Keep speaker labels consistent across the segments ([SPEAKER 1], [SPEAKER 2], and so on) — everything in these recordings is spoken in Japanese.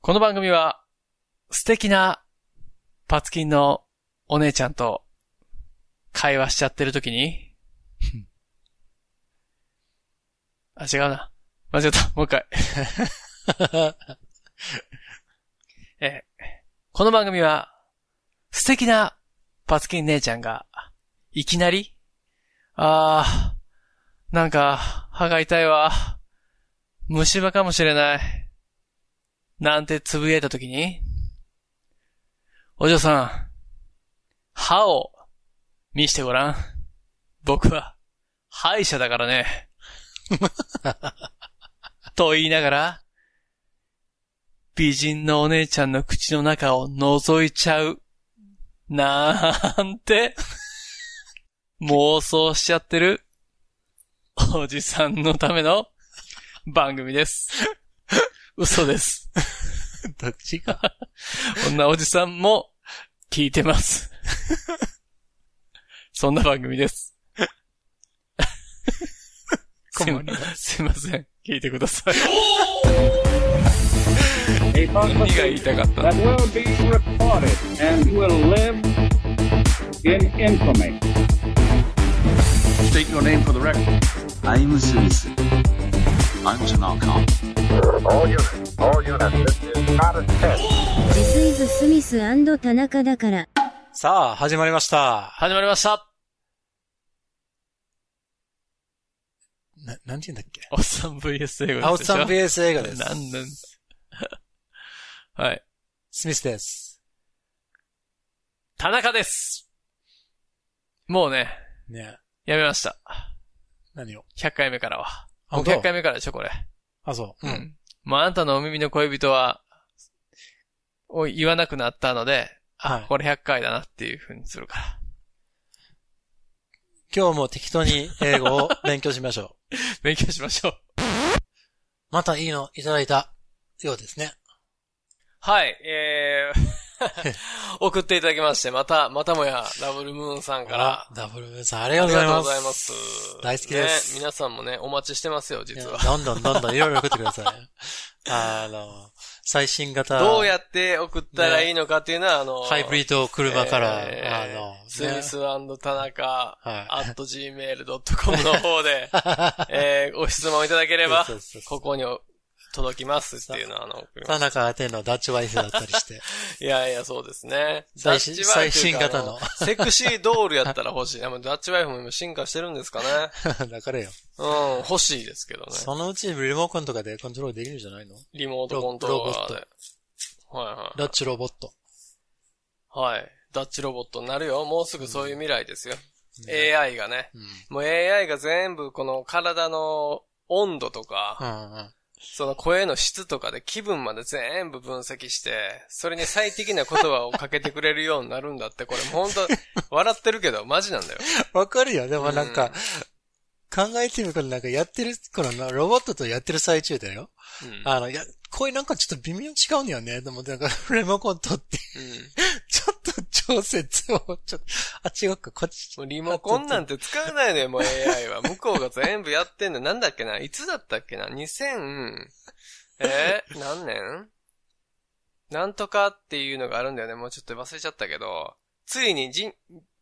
[SPEAKER 1] この番組は、素敵なパツキンのお姉ちゃんと会話しちゃってる時に、あ、違うな。間違った。もう一回。 えーこの番組は、素敵なパツキン姉ちゃんが、いきなり、あー、なんか、歯が痛いわ。虫歯かもしれない。なんてつぶやいたときに、お嬢さん、歯を見してごらん。僕は歯医者だからね。 と言いながら、美人のお姉ちゃんの口の中を覗いちゃう。なんて、妄想しちゃってる、おじさんのための番組です。嘘です。
[SPEAKER 2] どっち が
[SPEAKER 1] こんなおじさんも聞いて ます。そんな番組です。 すいますいません。聞いてください。何が言いたかったの
[SPEAKER 3] that will be recorded and will live in infamy.
[SPEAKER 4] State your name for the record.
[SPEAKER 5] I'm Smith. I'm Tanaka.
[SPEAKER 6] All units, all units, this is not a test.
[SPEAKER 7] ジスイズ・スミス田中だから。
[SPEAKER 2] さあ、始まりました。
[SPEAKER 1] 始まりました。
[SPEAKER 2] な、なんて言うんだっけ
[SPEAKER 1] おっさん VS 英語です。
[SPEAKER 2] 青おっさん BS 映画です。
[SPEAKER 1] なんなん はい。
[SPEAKER 2] スミスです。
[SPEAKER 1] 田中です。もうね、
[SPEAKER 2] ね
[SPEAKER 1] やめました。
[SPEAKER 2] 何を
[SPEAKER 1] 100回目からは。
[SPEAKER 2] あ
[SPEAKER 1] もう
[SPEAKER 2] 本当
[SPEAKER 1] 100回目からでしょ、これ。
[SPEAKER 2] あ、そう。うん。。
[SPEAKER 1] まあ、あんたのお耳の恋人は、を言わなくなったので、あ、
[SPEAKER 2] はい
[SPEAKER 1] これ100回だなっていう風にするから。
[SPEAKER 2] 今日も適当に英語を勉強しま しょう。
[SPEAKER 1] 勉強しましょう。
[SPEAKER 2] またいいのいただいたようですね。
[SPEAKER 1] はい、えー、 送っていただきまして、また、またもや、ダブルムーンさんから、
[SPEAKER 2] あダブルブーさん、ありが
[SPEAKER 1] あ
[SPEAKER 2] と
[SPEAKER 1] り
[SPEAKER 2] うご
[SPEAKER 1] が
[SPEAKER 2] ざい
[SPEAKER 1] とう
[SPEAKER 2] ま
[SPEAKER 1] ご
[SPEAKER 2] す。
[SPEAKER 1] ざいます。
[SPEAKER 2] 大好きです
[SPEAKER 1] ね皆さんもね、お待ちしてますよ、実は。
[SPEAKER 2] どんどんどんどんいろいろ送ってくだ さい。あの、最新型。
[SPEAKER 1] どうやって送ったらいいのかっていうのは、あの、
[SPEAKER 2] ハイブリッド車から、あの、ね
[SPEAKER 1] スミス田中、
[SPEAKER 2] はい
[SPEAKER 1] アット gmail.com の方 で、えー、ご質問いただければ
[SPEAKER 2] そうそうそう、そう
[SPEAKER 1] ここに届きますっていうのは、あの、送りま
[SPEAKER 2] 田
[SPEAKER 1] す
[SPEAKER 2] 中宛てのダッチワイフだったり して。
[SPEAKER 1] いやいや、そうですね。
[SPEAKER 2] 最新
[SPEAKER 1] ダッチワイフっていうか
[SPEAKER 2] 最新型の
[SPEAKER 1] あセクシードールやったら欲しい。あのダッチワイフも今進化してるんですかね。
[SPEAKER 2] だからよ。
[SPEAKER 1] うん、欲しいですけどね。
[SPEAKER 2] そのうちリモコンとかでコントロールできるんじゃないの
[SPEAKER 1] リモートコントローラーで。は
[SPEAKER 2] ダッチロボット。
[SPEAKER 1] いはい。はい。ダッチロボットになるよ。もうすぐそういう未来ですよ。
[SPEAKER 2] ね
[SPEAKER 1] AI がね。
[SPEAKER 2] うん。
[SPEAKER 1] もう AI が全部この体の温度とか、
[SPEAKER 2] うんうん。
[SPEAKER 1] その声の質とかで気分まで全部分析して、それに最適な言葉をかけてくれるようになるんだって、これもうほんと、笑ってるけど、マジなんだよ。
[SPEAKER 2] わかるよ。でもなんか、考えてみることなんかやってる、このなロボットとやってる最中だよ。
[SPEAKER 1] うん。うん。
[SPEAKER 2] あの、や、声なんかちょっと微妙に違うんだよね。でもなんか、リモコン取って、ちょっと調節を、ちょっと、あ、違うか、こっち。
[SPEAKER 1] もうリモコンなんて使わないのよ、もう AI は。向こうが全部やってんの。なんだっけないつだったっけな ?2000、えー何年なんとかっていうのがあるんだよね。もうちょっと忘れちゃったけど、ついに人、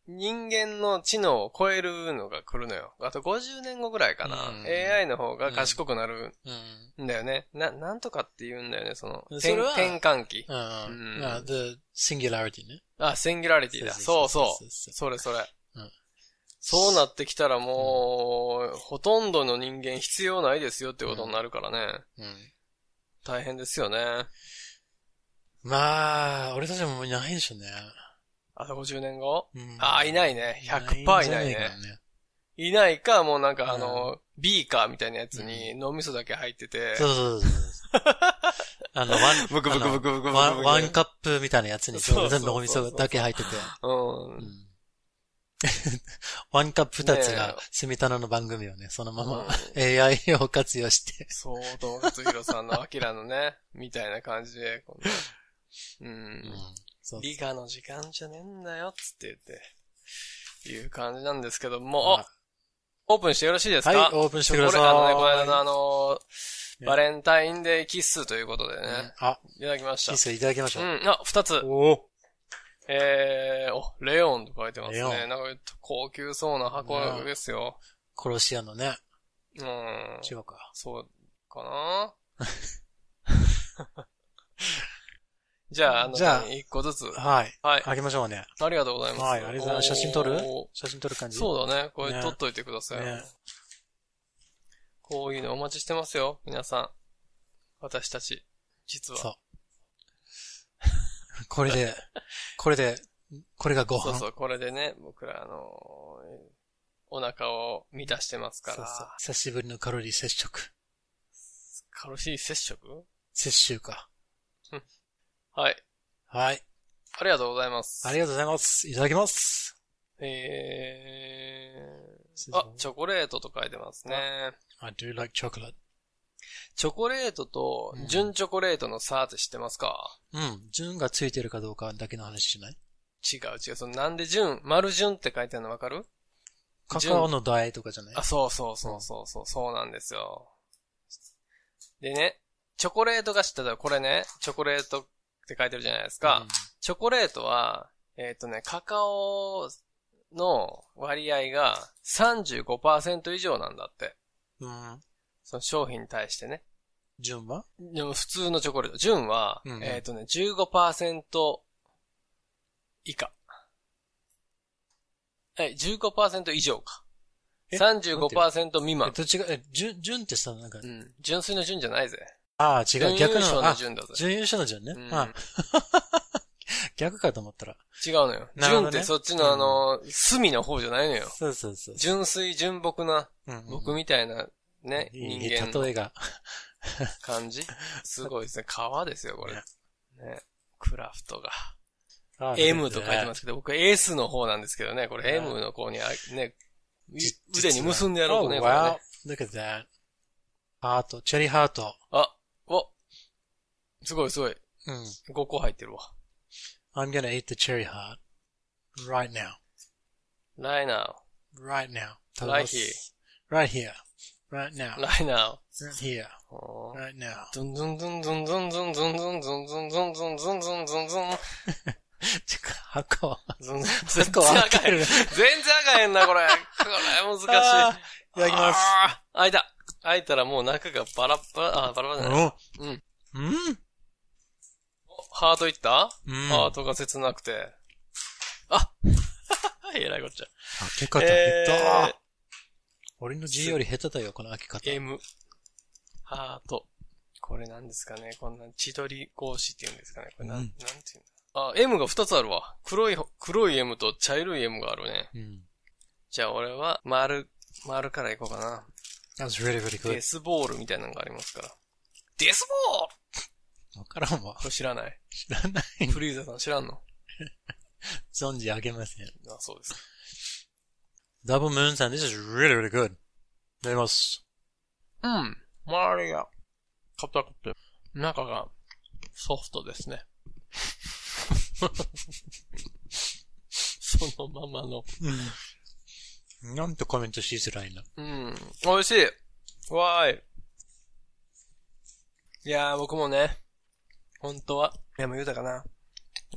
[SPEAKER 1] 人間の知能を超えるのが来るのよ。あと50年後ぐらいかな
[SPEAKER 2] う。ん
[SPEAKER 1] AI の方が賢くなる
[SPEAKER 2] うん。
[SPEAKER 1] んだよね。な、なんとかって言うんだよね、その、
[SPEAKER 2] そ
[SPEAKER 1] 転
[SPEAKER 2] れは
[SPEAKER 1] 転換期。
[SPEAKER 2] うん。
[SPEAKER 1] うん
[SPEAKER 2] まあ、the singularity ね。
[SPEAKER 1] あ、シンギュラリティだ。そうそう。
[SPEAKER 2] う
[SPEAKER 1] それそれ。
[SPEAKER 2] うん
[SPEAKER 1] そうなってきたらもう、ほとんどの人間必要ないですよってことになるからね。
[SPEAKER 2] う。うん。
[SPEAKER 1] 大変ですよね。
[SPEAKER 2] まあ、俺たちももういないでしょうね。
[SPEAKER 1] あと50年後
[SPEAKER 2] うん
[SPEAKER 1] あ、いないね。100%いないね。いないか、もうなんかあの、ビーカーみたいなやつに脳みそだけ入ってて、
[SPEAKER 2] そうそうそうそう。あの、ワン、
[SPEAKER 1] ブクブクブクブクブクブ
[SPEAKER 2] あ
[SPEAKER 1] ク
[SPEAKER 2] のワンワンカップみたいなやつに
[SPEAKER 1] そうそうそう
[SPEAKER 2] 全部お味噌だけ入ってて。
[SPEAKER 1] う。
[SPEAKER 2] うんんワンカップ二つ
[SPEAKER 1] ね
[SPEAKER 2] が、スミタナの番組をね、そのまま
[SPEAKER 1] うん
[SPEAKER 2] AI を活用して。
[SPEAKER 1] そう、動画つひろさんのアキラのね、みたいな感じで、こんなうん
[SPEAKER 2] そう
[SPEAKER 1] 理科の時間じゃねえんだよ、つって言って、いう感じなんですけども、
[SPEAKER 2] はい
[SPEAKER 1] オープンしてよろしいですか
[SPEAKER 2] はい、オープンしてください。
[SPEAKER 1] これあのね、この間のあの
[SPEAKER 2] ね
[SPEAKER 1] バレンタインデーキッスということでね、
[SPEAKER 2] うんあ、
[SPEAKER 1] いただきまし
[SPEAKER 2] キ
[SPEAKER 1] た
[SPEAKER 2] ッ。スいただきましょ
[SPEAKER 1] う
[SPEAKER 2] う。
[SPEAKER 1] ん、あ、二つ。
[SPEAKER 2] おお
[SPEAKER 1] えー、お、レオンと書いてます
[SPEAKER 2] レオ
[SPEAKER 1] ね。
[SPEAKER 2] ン
[SPEAKER 1] なんか高級そうな箱ですよ。
[SPEAKER 2] 殺し屋のね、
[SPEAKER 1] うん。
[SPEAKER 2] 違うか。
[SPEAKER 1] そうかな じゃあ、あの、
[SPEAKER 2] じゃあ
[SPEAKER 1] 一個ずつ。
[SPEAKER 2] はい。
[SPEAKER 1] はい。
[SPEAKER 2] 開けましょうね。
[SPEAKER 1] ありがとうございます。
[SPEAKER 2] はい、ありがとうございます。写真撮る
[SPEAKER 1] お
[SPEAKER 2] 写真撮る感じ
[SPEAKER 1] そうだね。これ
[SPEAKER 2] ね
[SPEAKER 1] 撮っといてください。
[SPEAKER 2] ね
[SPEAKER 1] こういうのお待ちしてますよ。皆さん。私たち。実は。
[SPEAKER 2] そうこれで、これで、これがご
[SPEAKER 1] そう
[SPEAKER 2] 飯。
[SPEAKER 1] そう、これでね、僕ら、あのーお腹を満たしてますから。
[SPEAKER 2] そうそう久しぶりのカロリー接触。
[SPEAKER 1] カロシー接触
[SPEAKER 2] 接種か。
[SPEAKER 1] はい。
[SPEAKER 2] はい。
[SPEAKER 1] ありがとうございます。
[SPEAKER 2] ありがとうございます。いただきます。
[SPEAKER 1] えー、あ、チョコレートと書いてますね。
[SPEAKER 2] I do like chocolate.
[SPEAKER 1] チョコレートと
[SPEAKER 2] うん
[SPEAKER 1] 純チョコレートの差って知ってますか、
[SPEAKER 2] うん。純がついてるかどうかだけの話じゃない
[SPEAKER 1] 違う違う。そのなんで純、丸純って書いてあるのわかる
[SPEAKER 2] カカオの台とかじゃない
[SPEAKER 1] あ、そうそうそうそうそう、そうなんですよ。でね、チョコレート菓子って例えばこれね、チョコレートって書いてるじゃないですか。
[SPEAKER 2] うん
[SPEAKER 1] チョコレートは、えっ、とね、カカオの割合が35%以上なんだって。
[SPEAKER 2] うん。
[SPEAKER 1] その商品に対してね。
[SPEAKER 2] 純は
[SPEAKER 1] でも普通のチョコレート。純は、
[SPEAKER 2] うんうん
[SPEAKER 1] えっ、とね、15%以下。え、15%以上か。
[SPEAKER 2] え
[SPEAKER 1] 35%未
[SPEAKER 2] え、
[SPEAKER 1] 満。
[SPEAKER 2] どっちが、え、純、純ってさ、なんか
[SPEAKER 1] う、ん。純粋の純じゃないぜ。
[SPEAKER 2] ああ、違
[SPEAKER 1] 準
[SPEAKER 2] う、
[SPEAKER 1] 優
[SPEAKER 2] 逆
[SPEAKER 1] 勝
[SPEAKER 2] の、
[SPEAKER 1] の
[SPEAKER 2] あ、
[SPEAKER 1] 純だぜ。
[SPEAKER 2] 準優勝の純ね
[SPEAKER 1] う。ん
[SPEAKER 2] あ 逆かと思ったら。
[SPEAKER 1] 違うのよ。
[SPEAKER 2] なるほ
[SPEAKER 1] 純
[SPEAKER 2] どね
[SPEAKER 1] ってそっちのあの、隅の方じゃないのよ。
[SPEAKER 2] そうそうそう。
[SPEAKER 1] 純粋、純朴な、
[SPEAKER 2] うんうん
[SPEAKER 1] 僕みたいな、ね、
[SPEAKER 2] いい
[SPEAKER 1] 人間の
[SPEAKER 2] 例えが。
[SPEAKER 1] 感じ。すごいですね。 川ですよ、これ。
[SPEAKER 2] ね
[SPEAKER 1] ね。クラフトが。
[SPEAKER 2] ああ。
[SPEAKER 1] M と書いてますすけど、僕エースの方なんですけどね、これ M の方にあ、ね、う
[SPEAKER 2] 実
[SPEAKER 1] 腕に結んでやろうとね、
[SPEAKER 2] Oh,
[SPEAKER 1] これね
[SPEAKER 2] wow. Look at that. ハート、チェリーハート。
[SPEAKER 1] あ、おすごいすごい。
[SPEAKER 2] うん。
[SPEAKER 1] 5個入ってるわ。
[SPEAKER 2] I'm gonna eat the cherry heart. Right now.
[SPEAKER 1] ライナ
[SPEAKER 2] Right now.
[SPEAKER 1] Right here.
[SPEAKER 2] Right here. Right now.
[SPEAKER 1] ー、ライナ
[SPEAKER 2] Right here.
[SPEAKER 1] ーおー。
[SPEAKER 2] Right now.
[SPEAKER 1] ズンズンズンズンズンズンズンズンズンズンズンズンズンズンズンズン
[SPEAKER 2] ちょ、箱は。
[SPEAKER 1] ズン
[SPEAKER 2] 結
[SPEAKER 1] 全
[SPEAKER 2] 構
[SPEAKER 1] 然
[SPEAKER 2] 開
[SPEAKER 1] 赤
[SPEAKER 2] け
[SPEAKER 1] い。
[SPEAKER 2] る
[SPEAKER 1] 全然赤いんな、これ。これ難しい。
[SPEAKER 2] いただきます。
[SPEAKER 1] あー。開いた。開いたらもう中がバラッバラ、あ、バラバラじゃない。
[SPEAKER 2] うん。うん。
[SPEAKER 1] ハートいった
[SPEAKER 2] うん。
[SPEAKER 1] ハートが切なくて。あえらいこっちゃ。
[SPEAKER 2] 開け方、
[SPEAKER 1] え
[SPEAKER 2] 下手。俺の G より下手だよ、この開け方。
[SPEAKER 1] ー M。ハート。これなんですかねこんな千鳥格子って言うんですかねこれなん、
[SPEAKER 2] うん
[SPEAKER 1] なんていうのあ、M が2つあるわ。黒いほ、黒い M と茶色い M があるね。
[SPEAKER 2] うん。
[SPEAKER 1] じゃあ俺は、丸、丸からいこうかな。
[SPEAKER 2] That was really, really
[SPEAKER 1] デ
[SPEAKER 2] good.
[SPEAKER 1] スボールみたいなのがありますから。デスボール
[SPEAKER 2] わからん わ
[SPEAKER 1] こ。れ知らない。
[SPEAKER 2] 知らない。
[SPEAKER 1] フリーザさん知らんの
[SPEAKER 2] 存じ上げません。
[SPEAKER 1] あ、そうです。
[SPEAKER 2] Double Moon さん、this is really, really good. いただきます。
[SPEAKER 1] うん。周りが硬くて、中がソフトですね。 そのままの。
[SPEAKER 2] うん。なんとコメントしづらいな。
[SPEAKER 1] うん。美味しい。わーい。いやー、僕もね、本当は、いや、もう言うたかな。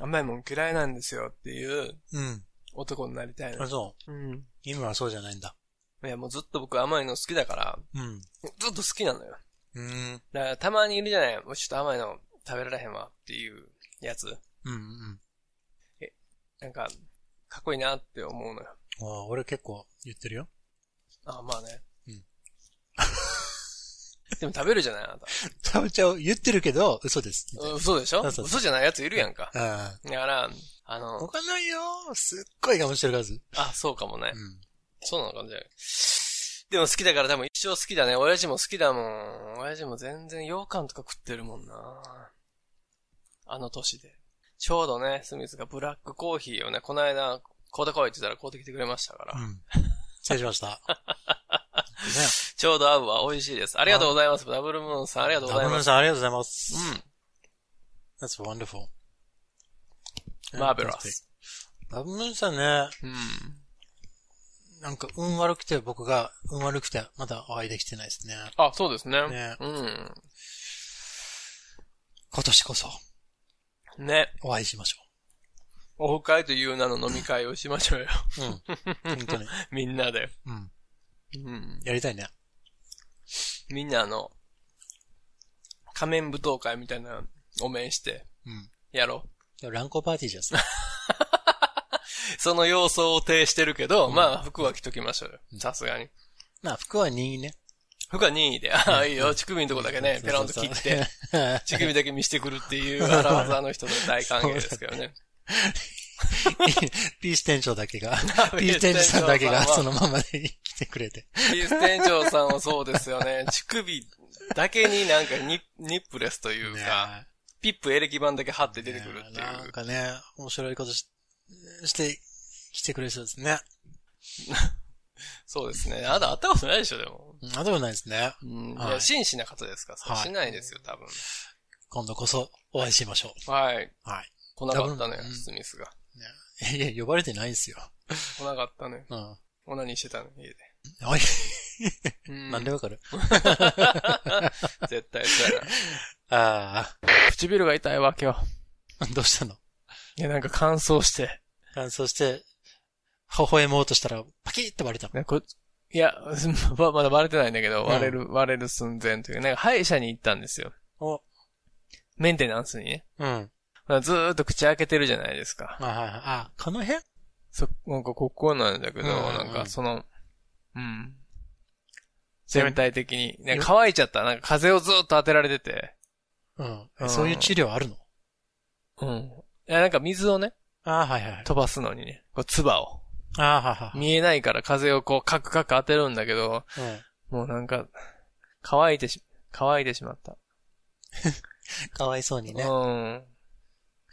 [SPEAKER 1] 甘いもん嫌いなんですよっていう
[SPEAKER 2] うん。
[SPEAKER 1] 男になりたい
[SPEAKER 2] あ、
[SPEAKER 1] な。
[SPEAKER 2] そう。
[SPEAKER 1] うん。
[SPEAKER 2] 今はそうじゃないんだ。
[SPEAKER 1] いや、もうずっと僕甘いの好きだから、
[SPEAKER 2] うん。
[SPEAKER 1] ずっと好きなのよ。
[SPEAKER 2] うん。
[SPEAKER 1] だからたまにいるじゃない。もうちょっと甘いの食べられへんわっていうやつ。
[SPEAKER 2] うんうん。
[SPEAKER 1] なんか、かっこいいなって思うのよ。
[SPEAKER 2] ああ、俺結構言ってるよ。
[SPEAKER 1] あまあね。
[SPEAKER 2] うん。
[SPEAKER 1] でも食べるじゃないあなた。
[SPEAKER 2] 食べちゃう。言ってるけど、嘘です。みたいな
[SPEAKER 1] う嘘でしょ
[SPEAKER 2] そうそう
[SPEAKER 1] 嘘じゃないやついるやんか。
[SPEAKER 2] あ
[SPEAKER 1] だから、あ
[SPEAKER 2] あ。わ
[SPEAKER 1] の、
[SPEAKER 2] かんないよー。すっごい我慢してる数。
[SPEAKER 1] あ、そうかもね。
[SPEAKER 2] うん。
[SPEAKER 1] そうなのかもしれない。でも好きだから多分一生好きだね。親父も好きだもん。親父も全然羊羹とか食ってるもんな。あの年で。ちょうどね、スミスがブラックコーヒーをね、この間、買うてこいって言ったら買うてきてくれましたから。
[SPEAKER 2] うん。失礼し ました。ね。
[SPEAKER 1] ちょうど合うわ。美味しいです。ありがとうございます。ダブルムーンさん、ありがとうござい
[SPEAKER 2] ダブ
[SPEAKER 1] ま
[SPEAKER 2] ル
[SPEAKER 1] す。
[SPEAKER 2] さん、ありがとうございます。
[SPEAKER 1] うん。
[SPEAKER 2] That's wonderful.
[SPEAKER 1] マーベラス。
[SPEAKER 2] ダブムーンさんね、
[SPEAKER 1] うん。
[SPEAKER 2] なんか運悪くて僕が運悪くてまだお会いできてないですね。
[SPEAKER 1] あ、そうですね。
[SPEAKER 2] ね
[SPEAKER 1] うん。
[SPEAKER 2] 今年こそ
[SPEAKER 1] ね。
[SPEAKER 2] お会いしましょ
[SPEAKER 1] オフ会という名の飲み会をしましょうよ。
[SPEAKER 2] う。うん。本当に。
[SPEAKER 1] みんなで。
[SPEAKER 2] うん。
[SPEAKER 1] うん。
[SPEAKER 2] やりたいね。
[SPEAKER 1] みんなあの、仮面舞踏会みたいなお面して、
[SPEAKER 2] うん。
[SPEAKER 1] やろう。
[SPEAKER 2] でも乱行パーティーじゃ さ。
[SPEAKER 1] その様相を呈してるけど、
[SPEAKER 2] うん
[SPEAKER 1] まあ、服は着ときましょうよ
[SPEAKER 2] う。ん
[SPEAKER 1] さすがに。
[SPEAKER 2] まあ、服は任意ね。
[SPEAKER 1] 服は任意で、ああ、いいよ、乳首のとこだけね、ペロンと
[SPEAKER 2] そう
[SPEAKER 1] 切
[SPEAKER 2] そう
[SPEAKER 1] っ
[SPEAKER 2] そう
[SPEAKER 1] て、。乳首だけ見してくるっていう荒技の人の大歓迎ですけどね。
[SPEAKER 2] ピース店長だけが、 ピース店長さんだけがそのままで来てくれて。
[SPEAKER 1] ピース店長さんはそうですよね。乳首だけになんかニニップレスというか、
[SPEAKER 2] ね
[SPEAKER 1] ピップエレキ板だけ貼って出てくるってい
[SPEAKER 2] なん
[SPEAKER 1] う。
[SPEAKER 2] かね、面白いことしして、来てくれそうですね。
[SPEAKER 1] そうですね。あなた会ったことないでしょ、でも。
[SPEAKER 2] うんあ、でもないですね。
[SPEAKER 1] うん。い
[SPEAKER 2] はい
[SPEAKER 1] や、真摯な方ですから、そう
[SPEAKER 2] はい
[SPEAKER 1] しないですよ、多分。
[SPEAKER 2] 今度こそお会いしましょ
[SPEAKER 1] はい。
[SPEAKER 2] う。はい。
[SPEAKER 1] 来なかったね
[SPEAKER 2] 多、分うん
[SPEAKER 1] スミスが。
[SPEAKER 2] いや、呼ばれてないですよ。
[SPEAKER 1] 来なかったね。
[SPEAKER 2] うん。
[SPEAKER 1] オナニーしてたね、家で。
[SPEAKER 2] おい、
[SPEAKER 1] うん
[SPEAKER 2] なんでわかる
[SPEAKER 1] 絶対そうやな。
[SPEAKER 2] あ
[SPEAKER 1] 唇が痛いわ、今日。
[SPEAKER 2] あ、 どうしたの
[SPEAKER 1] いや、なんか乾燥して。
[SPEAKER 2] あそして、微笑もうとしたら、パキッと割れたの。
[SPEAKER 1] ねこいや、 ままだ割れてないんだけど、
[SPEAKER 2] うん
[SPEAKER 1] 割れる、割れる寸前というか、なんか歯医者に行ったんですよ。
[SPEAKER 2] お、
[SPEAKER 1] メンテナンスにね。
[SPEAKER 2] うん。はい
[SPEAKER 1] まあずーっと口開けてるじゃないですか。
[SPEAKER 2] はいはい。あ、この辺
[SPEAKER 1] そ、なんかここなんだけど、
[SPEAKER 2] うんうんうん
[SPEAKER 1] なんかその、うん。全体的に。ね、乾いちゃった。なんか風をずーっと当てられてて。
[SPEAKER 2] うん
[SPEAKER 1] う
[SPEAKER 2] え。
[SPEAKER 1] ん
[SPEAKER 2] そういう治療あるの
[SPEAKER 1] うん。いや、なんか水をね、
[SPEAKER 2] あはいはいはい。
[SPEAKER 1] 飛ばすのにね、こう、唾を。
[SPEAKER 2] あは
[SPEAKER 1] 見えないから風をこう、カクカク当てるんだけど、
[SPEAKER 2] いはい。うん。
[SPEAKER 1] もうなんか、乾いてし、乾いてしまった。
[SPEAKER 2] かわいそうにね。
[SPEAKER 1] うん。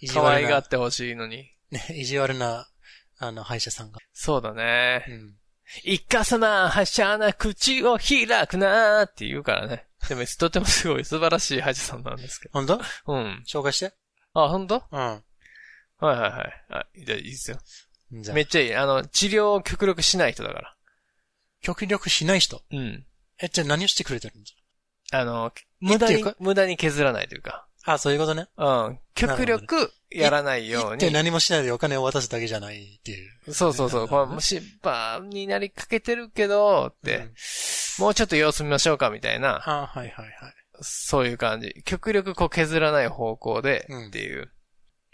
[SPEAKER 2] 意地
[SPEAKER 1] 可
[SPEAKER 2] 悪
[SPEAKER 1] 愛が
[SPEAKER 2] な
[SPEAKER 1] っ、てほしいのに。
[SPEAKER 2] ね、意地悪な、あの、歯医者さんが。
[SPEAKER 1] そうだね。
[SPEAKER 2] ん。
[SPEAKER 1] 一かさま、はしゃな口を開くなーって言うからね。でも、とてもすごい素晴らしい歯医者さんなんですけ
[SPEAKER 2] ほんと
[SPEAKER 1] ど。うん。
[SPEAKER 2] 紹介して。
[SPEAKER 1] あ、ほんと
[SPEAKER 2] うん。
[SPEAKER 1] はいはいはい。あ、じゃあいいですよ。
[SPEAKER 2] じゃあ
[SPEAKER 1] めっちゃいい。あの、治療を極力しない人だから。
[SPEAKER 2] 極力しない人。
[SPEAKER 1] うん。
[SPEAKER 2] え、じゃあ何をしてくれてるんだ
[SPEAKER 1] あの、
[SPEAKER 2] い
[SPEAKER 1] 無駄
[SPEAKER 2] ってい
[SPEAKER 1] に
[SPEAKER 2] うか、
[SPEAKER 1] 無駄に削らないというか。
[SPEAKER 2] あ、そういうことね。
[SPEAKER 1] うん。極力やらないよう
[SPEAKER 2] で、
[SPEAKER 1] に。
[SPEAKER 2] 何もしないでお金を渡すだけじゃないっていう。
[SPEAKER 1] そうそうそう。これもう失敗になりかけてるけど、って、
[SPEAKER 2] うん
[SPEAKER 1] もうちょっと様子見ましょうか、みたいな。
[SPEAKER 2] あはいはいはい。
[SPEAKER 1] そういう感じ。極力こう削らない方向で
[SPEAKER 2] うん
[SPEAKER 1] っていう。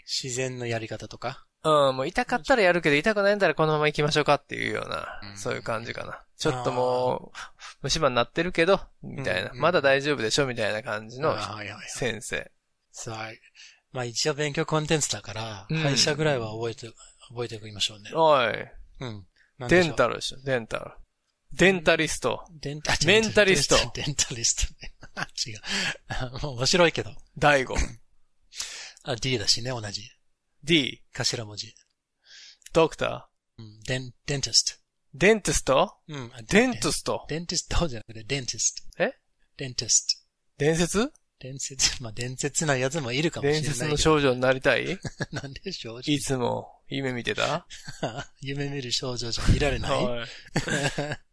[SPEAKER 2] 自然のやり方とか。
[SPEAKER 1] うん、もう痛かったらやるけど痛くないんだらこのまま行きましょうかっていうような、
[SPEAKER 2] うん
[SPEAKER 1] そういう感じかな。ちょっともう、虫歯になってるけど、みたいな、
[SPEAKER 2] うん
[SPEAKER 1] まだ大丈夫でしょみたいな感じの
[SPEAKER 2] あはいはいはい。
[SPEAKER 1] 先生。
[SPEAKER 2] そう。まあ一応勉強コンテンツだから、
[SPEAKER 1] うん
[SPEAKER 2] 歯医者ぐらいは覚えて、覚えておきましょうね。
[SPEAKER 1] おい、
[SPEAKER 2] うん。なんで
[SPEAKER 1] デ
[SPEAKER 2] しょ
[SPEAKER 1] ン
[SPEAKER 2] う
[SPEAKER 1] タルでしょ、デンタル。デンタリスト。
[SPEAKER 2] デンタ
[SPEAKER 1] メンタリスト
[SPEAKER 2] デンタリストね。 あ違うあ。もう面白いけど。
[SPEAKER 1] 大悟。
[SPEAKER 2] あ、D だしね、同じ。
[SPEAKER 1] D、
[SPEAKER 2] 頭文字。
[SPEAKER 1] ドクタ
[SPEAKER 2] うん。デン、デンティス
[SPEAKER 1] ー。デンティスト
[SPEAKER 2] ト。うん。あ
[SPEAKER 1] デンティスト。
[SPEAKER 2] デンティストじゃなくて、デンティスト。
[SPEAKER 1] え
[SPEAKER 2] デンティスト。
[SPEAKER 1] 伝説
[SPEAKER 2] 伝説、ま あ、伝説なやつもいるかもしれな
[SPEAKER 1] 伝
[SPEAKER 2] いけど。
[SPEAKER 1] 説の少女になりたい
[SPEAKER 2] なんで少女
[SPEAKER 1] いつも夢見てた
[SPEAKER 2] 夢見る少女じゃいられない。
[SPEAKER 1] はい。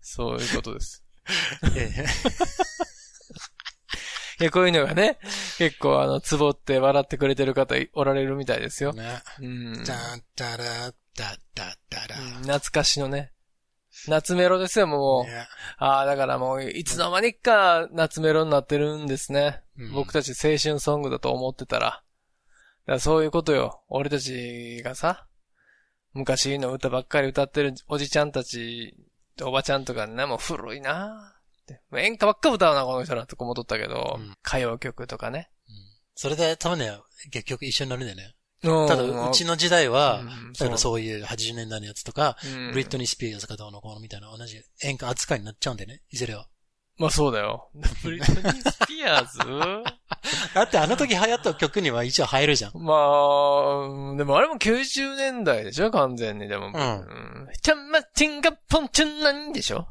[SPEAKER 1] そういうことです。
[SPEAKER 2] ええ
[SPEAKER 1] いや、こういうのがね、結構あの、ツボって笑ってくれてる方いおられるみたいですよ。
[SPEAKER 2] ね。
[SPEAKER 1] うん。
[SPEAKER 2] だんだら、だだだら。
[SPEAKER 1] うん懐かしのね。夏メロですよ、もう。
[SPEAKER 2] ね
[SPEAKER 1] ああ、だからもう、いつの間にか夏メロになってるんですね。
[SPEAKER 2] うん
[SPEAKER 1] 僕たち青春ソングだと思ってたら。だからそういうことよ。俺たちがさ、昔の歌ばっかり歌ってるおじちゃんたち、おばちゃんとかね、もう古いなって。もう演歌ばっか歌うな、この人らって思っとったけど、
[SPEAKER 2] うん
[SPEAKER 1] 歌謡曲とかね。
[SPEAKER 2] それで、多分ね、結局一緒になるんだよね。
[SPEAKER 1] た
[SPEAKER 2] ただ、うちの時代は、
[SPEAKER 1] うん
[SPEAKER 2] だからそういう80年代のやつとか、
[SPEAKER 1] うん
[SPEAKER 2] ブリットニー・スピアーズがどうのこうのみたいな同じ演歌扱いになっちゃうんだよね、いずれは。
[SPEAKER 1] まあそうだよ。 ブリットニー・スピアーズ
[SPEAKER 2] だってあの時流行った曲には一応入るじゃん。
[SPEAKER 1] まあ、うんでもあれも90年代でしょ完全に。でも。うんちゃんまちんがぽんちゅんなんでしょ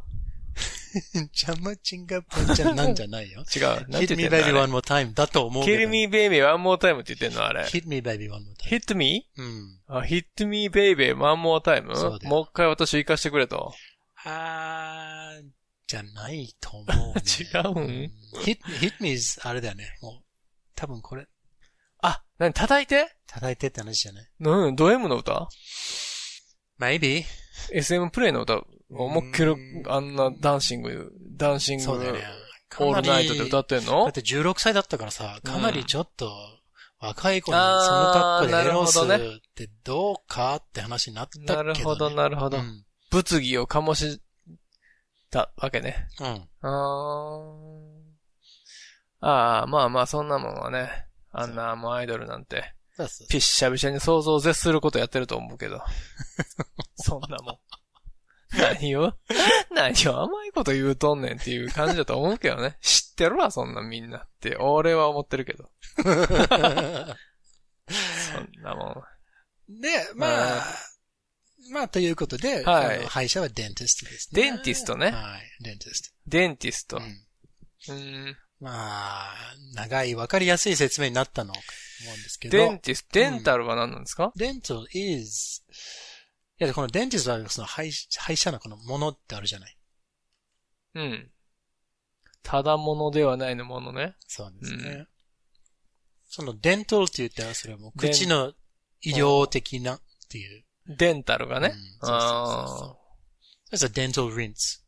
[SPEAKER 2] ジャマチンガポンちゃんなんじゃないよ。
[SPEAKER 1] 違う。なんて
[SPEAKER 2] Hit
[SPEAKER 1] 言
[SPEAKER 2] me
[SPEAKER 1] って
[SPEAKER 2] baby
[SPEAKER 1] んの
[SPEAKER 2] one more time だと思うけ
[SPEAKER 1] ?Kill
[SPEAKER 2] どね。
[SPEAKER 1] me baby one more time って言ってんのあれ。
[SPEAKER 2] hit me baby one more time。
[SPEAKER 1] hit me?
[SPEAKER 2] うん。
[SPEAKER 1] あ、hit me baby one more time?
[SPEAKER 2] そうだよ
[SPEAKER 1] もう一回私行かしてくれと。。
[SPEAKER 2] あー、じゃないと思う、ね
[SPEAKER 1] 違うん
[SPEAKER 2] ヒッ hit me is あれだよね。もう、多分これ、
[SPEAKER 1] あ、なに、叩いて
[SPEAKER 2] 叩いてって話じゃない
[SPEAKER 1] うん、ド M の歌
[SPEAKER 2] ?maybe?
[SPEAKER 1] ?SM プレイの歌思いっきり
[SPEAKER 2] う、ん
[SPEAKER 1] あんなダンシング、ダンシング、
[SPEAKER 2] そうだよね。
[SPEAKER 1] オールナイトで歌
[SPEAKER 2] っ
[SPEAKER 1] ってん
[SPEAKER 2] だ
[SPEAKER 1] の
[SPEAKER 2] って16歳だったからさ、かなりちょっと、若い子にそ
[SPEAKER 1] あー
[SPEAKER 2] の格好でエロス
[SPEAKER 1] なるほ
[SPEAKER 2] ってどうかって話になったけど、ね。
[SPEAKER 1] なるほど、なるほど
[SPEAKER 2] う。ん。
[SPEAKER 1] 物議を醸したわけね。
[SPEAKER 2] うん。
[SPEAKER 1] あーあー、まあまあ、そんなもんはね。あんな、もうアイドルなんて、
[SPEAKER 2] そうそう
[SPEAKER 1] ピッシャビシャに想像を絶することやってると思うけど。 そんなもん。何 を、何を甘いこと言うとんねんっていう感じだと思うけどね。知ってるわ、そんなみんなって、俺は思ってるけ ど。そんなもん。
[SPEAKER 2] で、まあ、まあ、ということで、
[SPEAKER 1] はい
[SPEAKER 2] あの歯医者はデンティストですね。
[SPEAKER 1] デンティストね
[SPEAKER 2] はい、デンティス
[SPEAKER 1] デンティスト。
[SPEAKER 2] ト。う
[SPEAKER 1] うんん。
[SPEAKER 2] まあ、長い、わかりやすい説明になったのかと思うんですけど。
[SPEAKER 1] デンティスト、デンタルは何なんですか、
[SPEAKER 2] dental is, いや、この dentist はその歯医歯医者のこのものってあるじゃない。
[SPEAKER 1] うん。ただものではないのものね。
[SPEAKER 2] そうですね。
[SPEAKER 1] う
[SPEAKER 2] その dental って言ったら、それはもう口の医療的なっていう。
[SPEAKER 1] デンタルがね。
[SPEAKER 2] うんそうそうそうそう。それは dental rinse.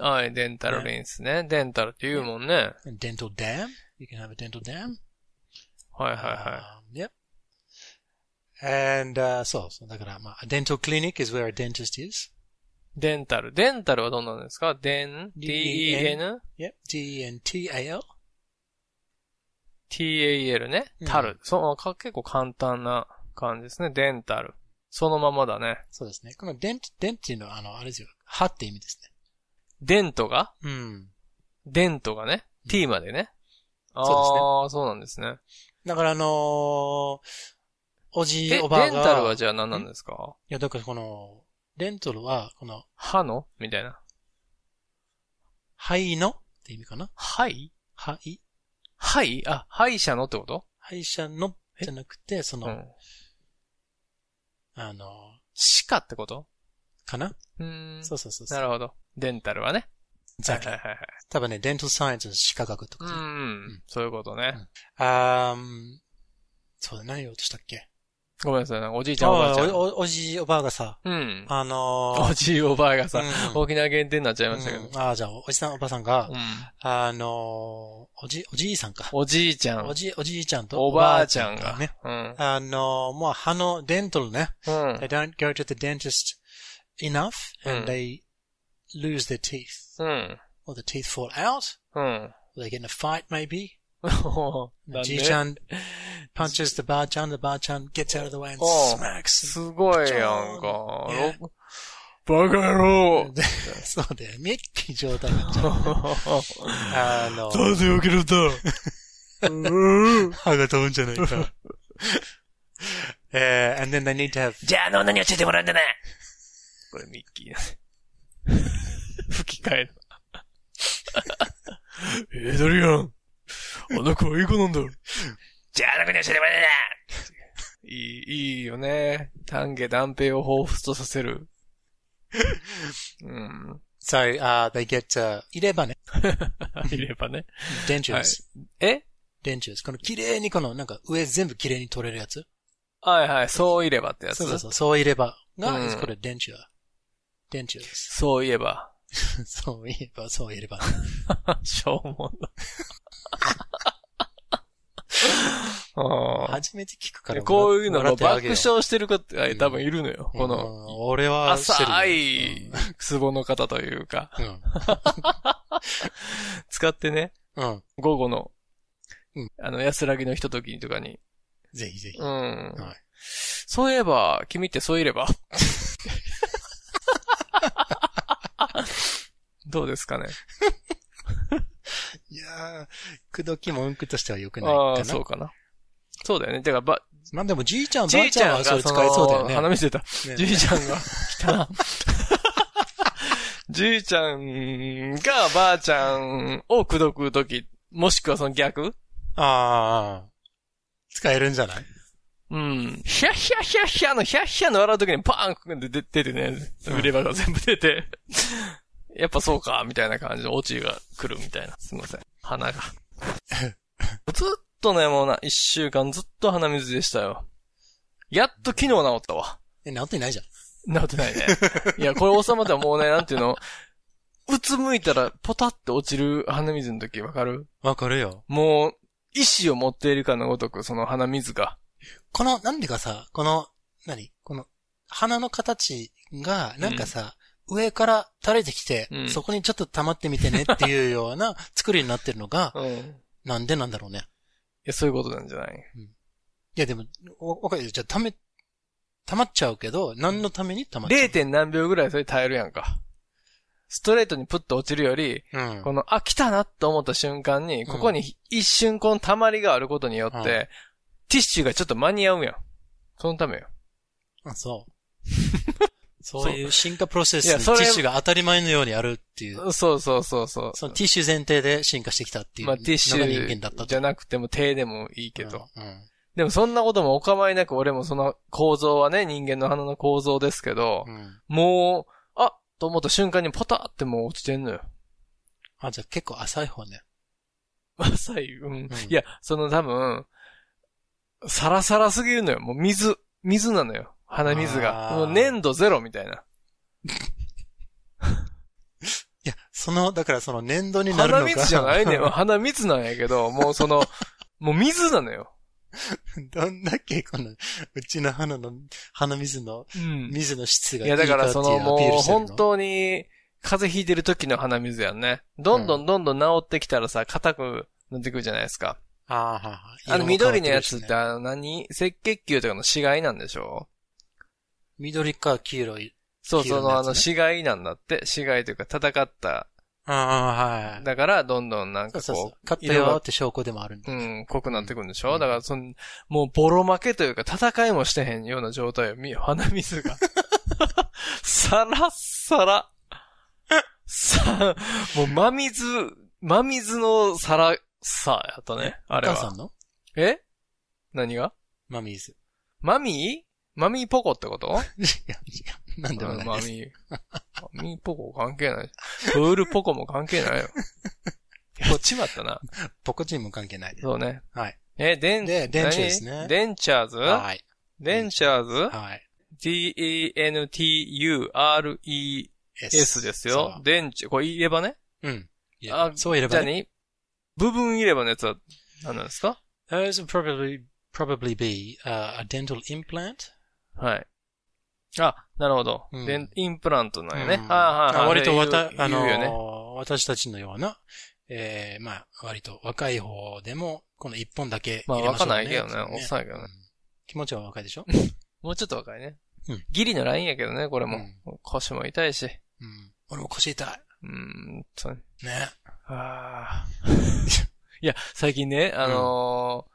[SPEAKER 1] ああ。はい、デンタルリンスね。デンタルって言うもんね。はい
[SPEAKER 2] And dental dam. You can have a dental dam.
[SPEAKER 1] はいは
[SPEAKER 2] Um, yep. And, uh, そうそう。だから、まあ、a dental clinic is where a dentist
[SPEAKER 1] い。
[SPEAKER 2] is.
[SPEAKER 1] デンタル。デンタルはどんなんですかデン、
[SPEAKER 2] D-E-N
[SPEAKER 1] D-E-N、
[SPEAKER 2] Yep. D-E-N-T-A-L.
[SPEAKER 1] T-A-L ね
[SPEAKER 2] う。ん
[SPEAKER 1] タル。そうか、結構簡単な感じですね。デンタル。そのままだね。
[SPEAKER 2] そうですね。この dent, dent っていうのは、あの、あれですよ。歯って意味です
[SPEAKER 1] デントが
[SPEAKER 2] ね。うん。
[SPEAKER 1] デントがね。T までね。あ
[SPEAKER 2] うですね
[SPEAKER 1] あー、そうなんですね。
[SPEAKER 2] だから、あのーおじ
[SPEAKER 1] え、デ
[SPEAKER 2] い、
[SPEAKER 1] ン
[SPEAKER 2] おばあが。
[SPEAKER 1] タルはじゃあ何なんですか
[SPEAKER 2] いや、だからこの、デントルは、この、
[SPEAKER 1] 歯のみたいな。
[SPEAKER 2] 肺のって意味かな
[SPEAKER 1] はい
[SPEAKER 2] 肺
[SPEAKER 1] はいあ、歯医者のってこと
[SPEAKER 2] 歯医者のじゃなくて、その、
[SPEAKER 1] うん。
[SPEAKER 2] あのー
[SPEAKER 1] 歯科ってこと
[SPEAKER 2] かな、
[SPEAKER 1] うーん。
[SPEAKER 2] そうそうそうそう。
[SPEAKER 1] な
[SPEAKER 2] る
[SPEAKER 1] るほど。デンタルはね。
[SPEAKER 2] ほ
[SPEAKER 1] はいはいはいはい。
[SPEAKER 2] 多分ね、デントルサイエンス、歯科学とか
[SPEAKER 1] う
[SPEAKER 2] ね、
[SPEAKER 1] ん。そういうことね。
[SPEAKER 2] あーん、そうだ、何言おうとしたっけ
[SPEAKER 1] ごめんなさい。なんかおじいちゃんおばあちゃ
[SPEAKER 2] お
[SPEAKER 1] ん。
[SPEAKER 2] おおじいおばあがさ、
[SPEAKER 1] うん。
[SPEAKER 2] あのー
[SPEAKER 1] おじいおばあがさ、
[SPEAKER 2] うん
[SPEAKER 1] 沖縄限定になっちゃいましたけど。
[SPEAKER 2] うんああ、じゃあ、おじさんおばさんが
[SPEAKER 1] う、ん。
[SPEAKER 2] あのーおじ、おじいさんか。
[SPEAKER 1] おじいちゃ
[SPEAKER 2] お
[SPEAKER 1] ん。
[SPEAKER 2] じ、おじいちゃんと
[SPEAKER 1] おばあちゃん
[SPEAKER 2] おば
[SPEAKER 1] が。
[SPEAKER 2] ね。
[SPEAKER 1] うん。
[SPEAKER 2] あのーもう歯の、デントルね。
[SPEAKER 1] うん。
[SPEAKER 2] They don't go to the dentist enough and
[SPEAKER 1] うん
[SPEAKER 2] they lose their teeth.
[SPEAKER 1] うん。
[SPEAKER 2] Or the teeth fall out.
[SPEAKER 1] うん。
[SPEAKER 2] Or they get in a fight maybe.
[SPEAKER 1] なんで
[SPEAKER 2] Ji chan punches the bar chan, the bar chan gets out of the way and
[SPEAKER 1] おう
[SPEAKER 2] smacks.
[SPEAKER 1] すごいやんか。
[SPEAKER 2] ね
[SPEAKER 1] ろバカ野郎
[SPEAKER 2] そうだよ。ミッキー状態にな っちゃう。あの、
[SPEAKER 1] ぜ避けるんだ
[SPEAKER 2] 歯が飛ぶんじ ゃないか。えー、and then they need to have
[SPEAKER 1] じゃあ、あの女に教えてもらうんだなこれミッキーだね。 吹き替えの。エドリアン、あの子はいい子なんだ。じゃあ、あの子に教えてもらうんだいい、いいよね。丹下断平を彷彿とさせる。うん。
[SPEAKER 2] So, uh, they get, uh, 入れ歯ね。
[SPEAKER 1] いればね。
[SPEAKER 2] dentures.
[SPEAKER 1] はいえ
[SPEAKER 2] dentures. この綺麗にこの、なんか上全部綺麗に取れるやつ。
[SPEAKER 1] はいはい、そういればってやつ。
[SPEAKER 2] そうそうそう。そう入れ歯が、
[SPEAKER 1] うん
[SPEAKER 2] これ denture. dentures.
[SPEAKER 1] そういえ ば。
[SPEAKER 2] そういえば、そういえばね。
[SPEAKER 1] しょうも な。あ
[SPEAKER 2] 初めて聞くから。
[SPEAKER 1] こういうの
[SPEAKER 2] 笑
[SPEAKER 1] が
[SPEAKER 2] ってあ
[SPEAKER 1] 爆
[SPEAKER 2] げよう
[SPEAKER 1] 笑してる方が多分いるのよ。こ
[SPEAKER 2] う
[SPEAKER 1] の、
[SPEAKER 2] ん俺はしてるよ、
[SPEAKER 1] 浅い、ツボの方という か、使ってね、
[SPEAKER 2] うん。うん。うん。
[SPEAKER 1] 午後の
[SPEAKER 2] うん、
[SPEAKER 1] あの、安らぎのひとときにとかに、
[SPEAKER 2] ぜひぜひ。
[SPEAKER 1] うん
[SPEAKER 2] はい。
[SPEAKER 1] そういえば、君ってそうい れば。どうですかね。
[SPEAKER 2] いやー、くどき文句としては良くない
[SPEAKER 1] ああ
[SPEAKER 2] か
[SPEAKER 1] ー、そ
[SPEAKER 2] な
[SPEAKER 1] う。かな。そうだよね。てか、ば、
[SPEAKER 2] まあでも、じいちゃん、ば
[SPEAKER 1] じ
[SPEAKER 2] あ
[SPEAKER 1] い
[SPEAKER 2] ち
[SPEAKER 1] ち
[SPEAKER 2] ゃ
[SPEAKER 1] ゃ
[SPEAKER 2] ん
[SPEAKER 1] んが
[SPEAKER 2] はそれ
[SPEAKER 1] そ
[SPEAKER 2] 使えそうだよ
[SPEAKER 1] の、
[SPEAKER 2] ね。
[SPEAKER 1] 鼻見せた。
[SPEAKER 2] ね
[SPEAKER 1] じいちゃ んが、来たな。 じいちゃんがばあちゃんを口説くとき、もしくはその逆
[SPEAKER 2] ああ。使えるんじゃない
[SPEAKER 1] うん。ヒャッヒャッヒャッヒャの、ヒャッヒャの笑うときにバーンって出出てね、売れ場が全部出て、やっぱそうか、みたいな感じのオチが来るみたいな。すいません。鼻が。ずっとね、もうな、一週間ずっと鼻水でしたよ。やっと昨日治ったわ。
[SPEAKER 2] え、治ってないじゃん。
[SPEAKER 1] 治ってないね。 いや、これ収まったらもうね、なんていうの、うつむいたらポタって落ちる鼻水の時わかる
[SPEAKER 2] わかるよ。
[SPEAKER 1] もう、意志を持っているかのごとく、その鼻水が。
[SPEAKER 2] この、なんでかさ、この、何この、鼻の形が、なんかさ、上から垂れてきて、
[SPEAKER 1] うん
[SPEAKER 2] そこにちょっと溜まってみてねっていうような作りになってるの が、
[SPEAKER 1] うん。い
[SPEAKER 2] なんでなんだろうね。
[SPEAKER 1] や、そういうことなんじゃない
[SPEAKER 2] いやでも、わわかるよ。じゃあ溜め、溜まっちゃうけど、何のために溜まっちゃ
[SPEAKER 1] ?0. 点何秒ぐらいそれ耐えるやんか。ストレートにプッと落ちるより、
[SPEAKER 2] ううん。
[SPEAKER 1] この、あ、来たなと思った瞬間に、ここに一瞬この溜まりがあることによって、
[SPEAKER 2] うん
[SPEAKER 1] ティッシュがちょっと間に合うやん。そのためよ。
[SPEAKER 2] あ、 そう。そういう進化プロセス
[SPEAKER 1] い
[SPEAKER 2] に
[SPEAKER 1] や
[SPEAKER 2] テ
[SPEAKER 1] そ
[SPEAKER 2] ィ
[SPEAKER 1] れ
[SPEAKER 2] ッシュが当たり前のようにあるっていう。
[SPEAKER 1] そうそうそうそう。
[SPEAKER 2] そのティッシュ前提で進化してきたっていう
[SPEAKER 1] ま
[SPEAKER 2] の
[SPEAKER 1] あ、
[SPEAKER 2] が
[SPEAKER 1] ティッシ
[SPEAKER 2] 人間だっ
[SPEAKER 1] ュ
[SPEAKER 2] たと
[SPEAKER 1] じゃなくても手でもいいけど。。
[SPEAKER 2] うんうん
[SPEAKER 1] でもそんなこともお構いなく俺もその構造はね、人間の鼻の構造ですけど、
[SPEAKER 2] うん
[SPEAKER 1] もう、あと思った瞬間にポタってもう落ちてんのよ。
[SPEAKER 2] あ、じゃあ結構浅い方ね。
[SPEAKER 1] 浅い、うん。いや、その多分、サラサラすぎるのよ。もう水、水なのよ。鼻水が。
[SPEAKER 2] あー
[SPEAKER 1] もう粘土ゼロみたいな。
[SPEAKER 2] いや、その、だからその粘土になるの
[SPEAKER 1] 鼻
[SPEAKER 2] が。。
[SPEAKER 1] 水じゃないね鼻水なんやけど、もうその、もう水なのよ。
[SPEAKER 2] どんだけこの、うちの花の、鼻水の、
[SPEAKER 1] うん。
[SPEAKER 2] 水の質が
[SPEAKER 1] い
[SPEAKER 2] いい
[SPEAKER 1] や、
[SPEAKER 2] かって
[SPEAKER 1] だ
[SPEAKER 2] いう
[SPEAKER 1] から
[SPEAKER 2] アピ
[SPEAKER 1] その
[SPEAKER 2] ー
[SPEAKER 1] も
[SPEAKER 2] ル
[SPEAKER 1] う
[SPEAKER 2] してる
[SPEAKER 1] 本
[SPEAKER 2] の。
[SPEAKER 1] 当に風邪ひいてる時の鼻水やんね。どんどんどんどん治ってきたらさ、硬くなってくるじゃないですか。
[SPEAKER 2] ああ、はいはい。
[SPEAKER 1] あの
[SPEAKER 2] 色も
[SPEAKER 1] 緑の
[SPEAKER 2] 変わ
[SPEAKER 1] や
[SPEAKER 2] て
[SPEAKER 1] つっ
[SPEAKER 2] るしてね。
[SPEAKER 1] あの何赤血球とかの死骸なんでしょ
[SPEAKER 2] 緑か黄色い。
[SPEAKER 1] そう、
[SPEAKER 2] 黄
[SPEAKER 1] そ
[SPEAKER 2] 色いやつね
[SPEAKER 1] のあの死骸なんだって。死骸というか戦った。
[SPEAKER 2] ああ、はい。
[SPEAKER 1] だからどんどんなん
[SPEAKER 2] そ
[SPEAKER 1] か
[SPEAKER 2] うそうそう
[SPEAKER 1] こ。
[SPEAKER 2] 勝っ
[SPEAKER 1] 色
[SPEAKER 2] たよ
[SPEAKER 1] が
[SPEAKER 2] って証拠でもあるん
[SPEAKER 1] う、
[SPEAKER 2] だ。
[SPEAKER 1] うん、濃くなってくるんでしょ、
[SPEAKER 2] うん
[SPEAKER 1] だからその、もうボロ負けというか戦いもしてへんような状態よ。み 鼻水が。さらっさら。さ、もう真水、真水のさら、さ、やったね。あ
[SPEAKER 2] お
[SPEAKER 1] れ
[SPEAKER 2] 母さ
[SPEAKER 1] は。
[SPEAKER 2] んの
[SPEAKER 1] え何が
[SPEAKER 2] マミーズ。
[SPEAKER 1] マミーマミーポコってこと
[SPEAKER 2] 違う違う。 なんでもない
[SPEAKER 1] マ
[SPEAKER 2] です。
[SPEAKER 1] ミー。マミーポコ関係ない。プールポコも関係ない よ。こっちまったな。
[SPEAKER 2] ポコチンも関係ない。
[SPEAKER 1] そうね。
[SPEAKER 2] はい。
[SPEAKER 1] え、デン、
[SPEAKER 2] でデンチャーですね
[SPEAKER 1] 何デンチャーズ
[SPEAKER 2] はい。
[SPEAKER 1] デンチャーズ
[SPEAKER 2] はい。
[SPEAKER 1] ?D-E-N-T-U-R-E-S ですよ。デンチ、これ入れ歯ね。
[SPEAKER 2] そう。うん。いや
[SPEAKER 1] あ
[SPEAKER 2] そういれ
[SPEAKER 1] じゃ
[SPEAKER 2] ば
[SPEAKER 1] あ
[SPEAKER 2] ね。
[SPEAKER 1] ね、部分入れ歯のやつは何なんですか
[SPEAKER 2] Those would probably, probably be、a dental implant?
[SPEAKER 1] はい。あ、なるほど。
[SPEAKER 2] うん
[SPEAKER 1] デンインプラントなんやね。
[SPEAKER 2] うん
[SPEAKER 1] ああ、はいはい。
[SPEAKER 2] 割とわ
[SPEAKER 1] 言
[SPEAKER 2] た、
[SPEAKER 1] う
[SPEAKER 2] あの
[SPEAKER 1] 言うよね。
[SPEAKER 2] ー、私たちのような、ええ、まあ、割と若い方でも、この一本だけ
[SPEAKER 1] まあ
[SPEAKER 2] 入れしょうね
[SPEAKER 1] 若ないけどねおっさんやけどね。
[SPEAKER 2] う気持ちは若いでしょ
[SPEAKER 1] もうちょっと若いね
[SPEAKER 2] うん。
[SPEAKER 1] ギリのラインやけどね、これも
[SPEAKER 2] う。
[SPEAKER 1] 腰も痛いし。
[SPEAKER 2] うん。俺も腰痛
[SPEAKER 1] うーんとね。
[SPEAKER 2] い。ね。
[SPEAKER 1] ああ。いや、最近ね、あのー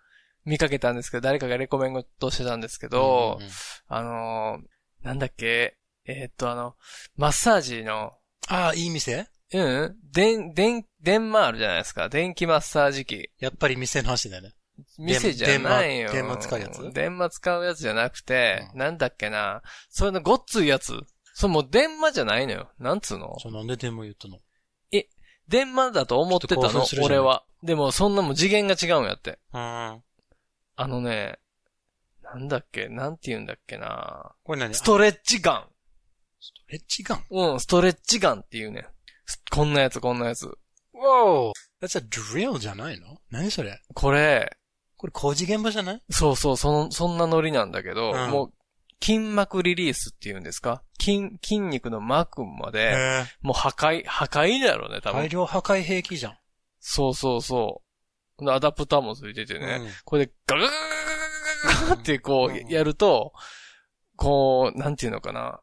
[SPEAKER 1] 見かけたんですけど、誰かがレコメントしてたんですけど、
[SPEAKER 2] うんうんうん
[SPEAKER 1] あのーなんだっけ、えーっと、あの、マッサージの、
[SPEAKER 2] ああ、いい店
[SPEAKER 1] うん、デン、デン、デンマールじゃないですか。電気マッサージ機。
[SPEAKER 2] やっぱり店の話だよね。
[SPEAKER 1] 店じゃないよ。
[SPEAKER 2] 電マ電マ使うやつ
[SPEAKER 1] 電マ使うやつじゃなくて、
[SPEAKER 2] う
[SPEAKER 1] なんだっけな。それのごっついやつ。それもう電マじゃないのよ。なんつうの
[SPEAKER 2] じゃあなんで電話言ったの
[SPEAKER 1] 電マだと思ってた
[SPEAKER 2] ちょっと興
[SPEAKER 1] の
[SPEAKER 2] 奮する、じゃん
[SPEAKER 1] 俺は。でもそんなもん次元が違うんやって。
[SPEAKER 2] うん。
[SPEAKER 1] あのね、なんだっけ、なんて言うんだっけな。
[SPEAKER 2] これ何
[SPEAKER 1] ス
[SPEAKER 2] スト
[SPEAKER 1] トレッチガ
[SPEAKER 2] レッチガン。
[SPEAKER 1] ン。うん、ストレッチガンっていうねん。すこんなやつ、こんなやつ。
[SPEAKER 2] Wow! That's a drill じゃないの何それ
[SPEAKER 1] これ、
[SPEAKER 2] これ工事現場じゃない
[SPEAKER 1] そうそう、その、そんなノリなんだけど、
[SPEAKER 2] うん
[SPEAKER 1] もう、筋膜リリースっていうんですか筋、筋肉の膜まで、
[SPEAKER 2] え。
[SPEAKER 1] もう破壊、破壊だろうね、多
[SPEAKER 2] 大
[SPEAKER 1] 分。
[SPEAKER 2] 量破壊兵器じゃん。
[SPEAKER 1] そうそうそう。アダプターもついててね。
[SPEAKER 2] うん
[SPEAKER 1] これでガガガガガガガガガってこ
[SPEAKER 2] うん
[SPEAKER 1] うやると、こう、なんていうのかな。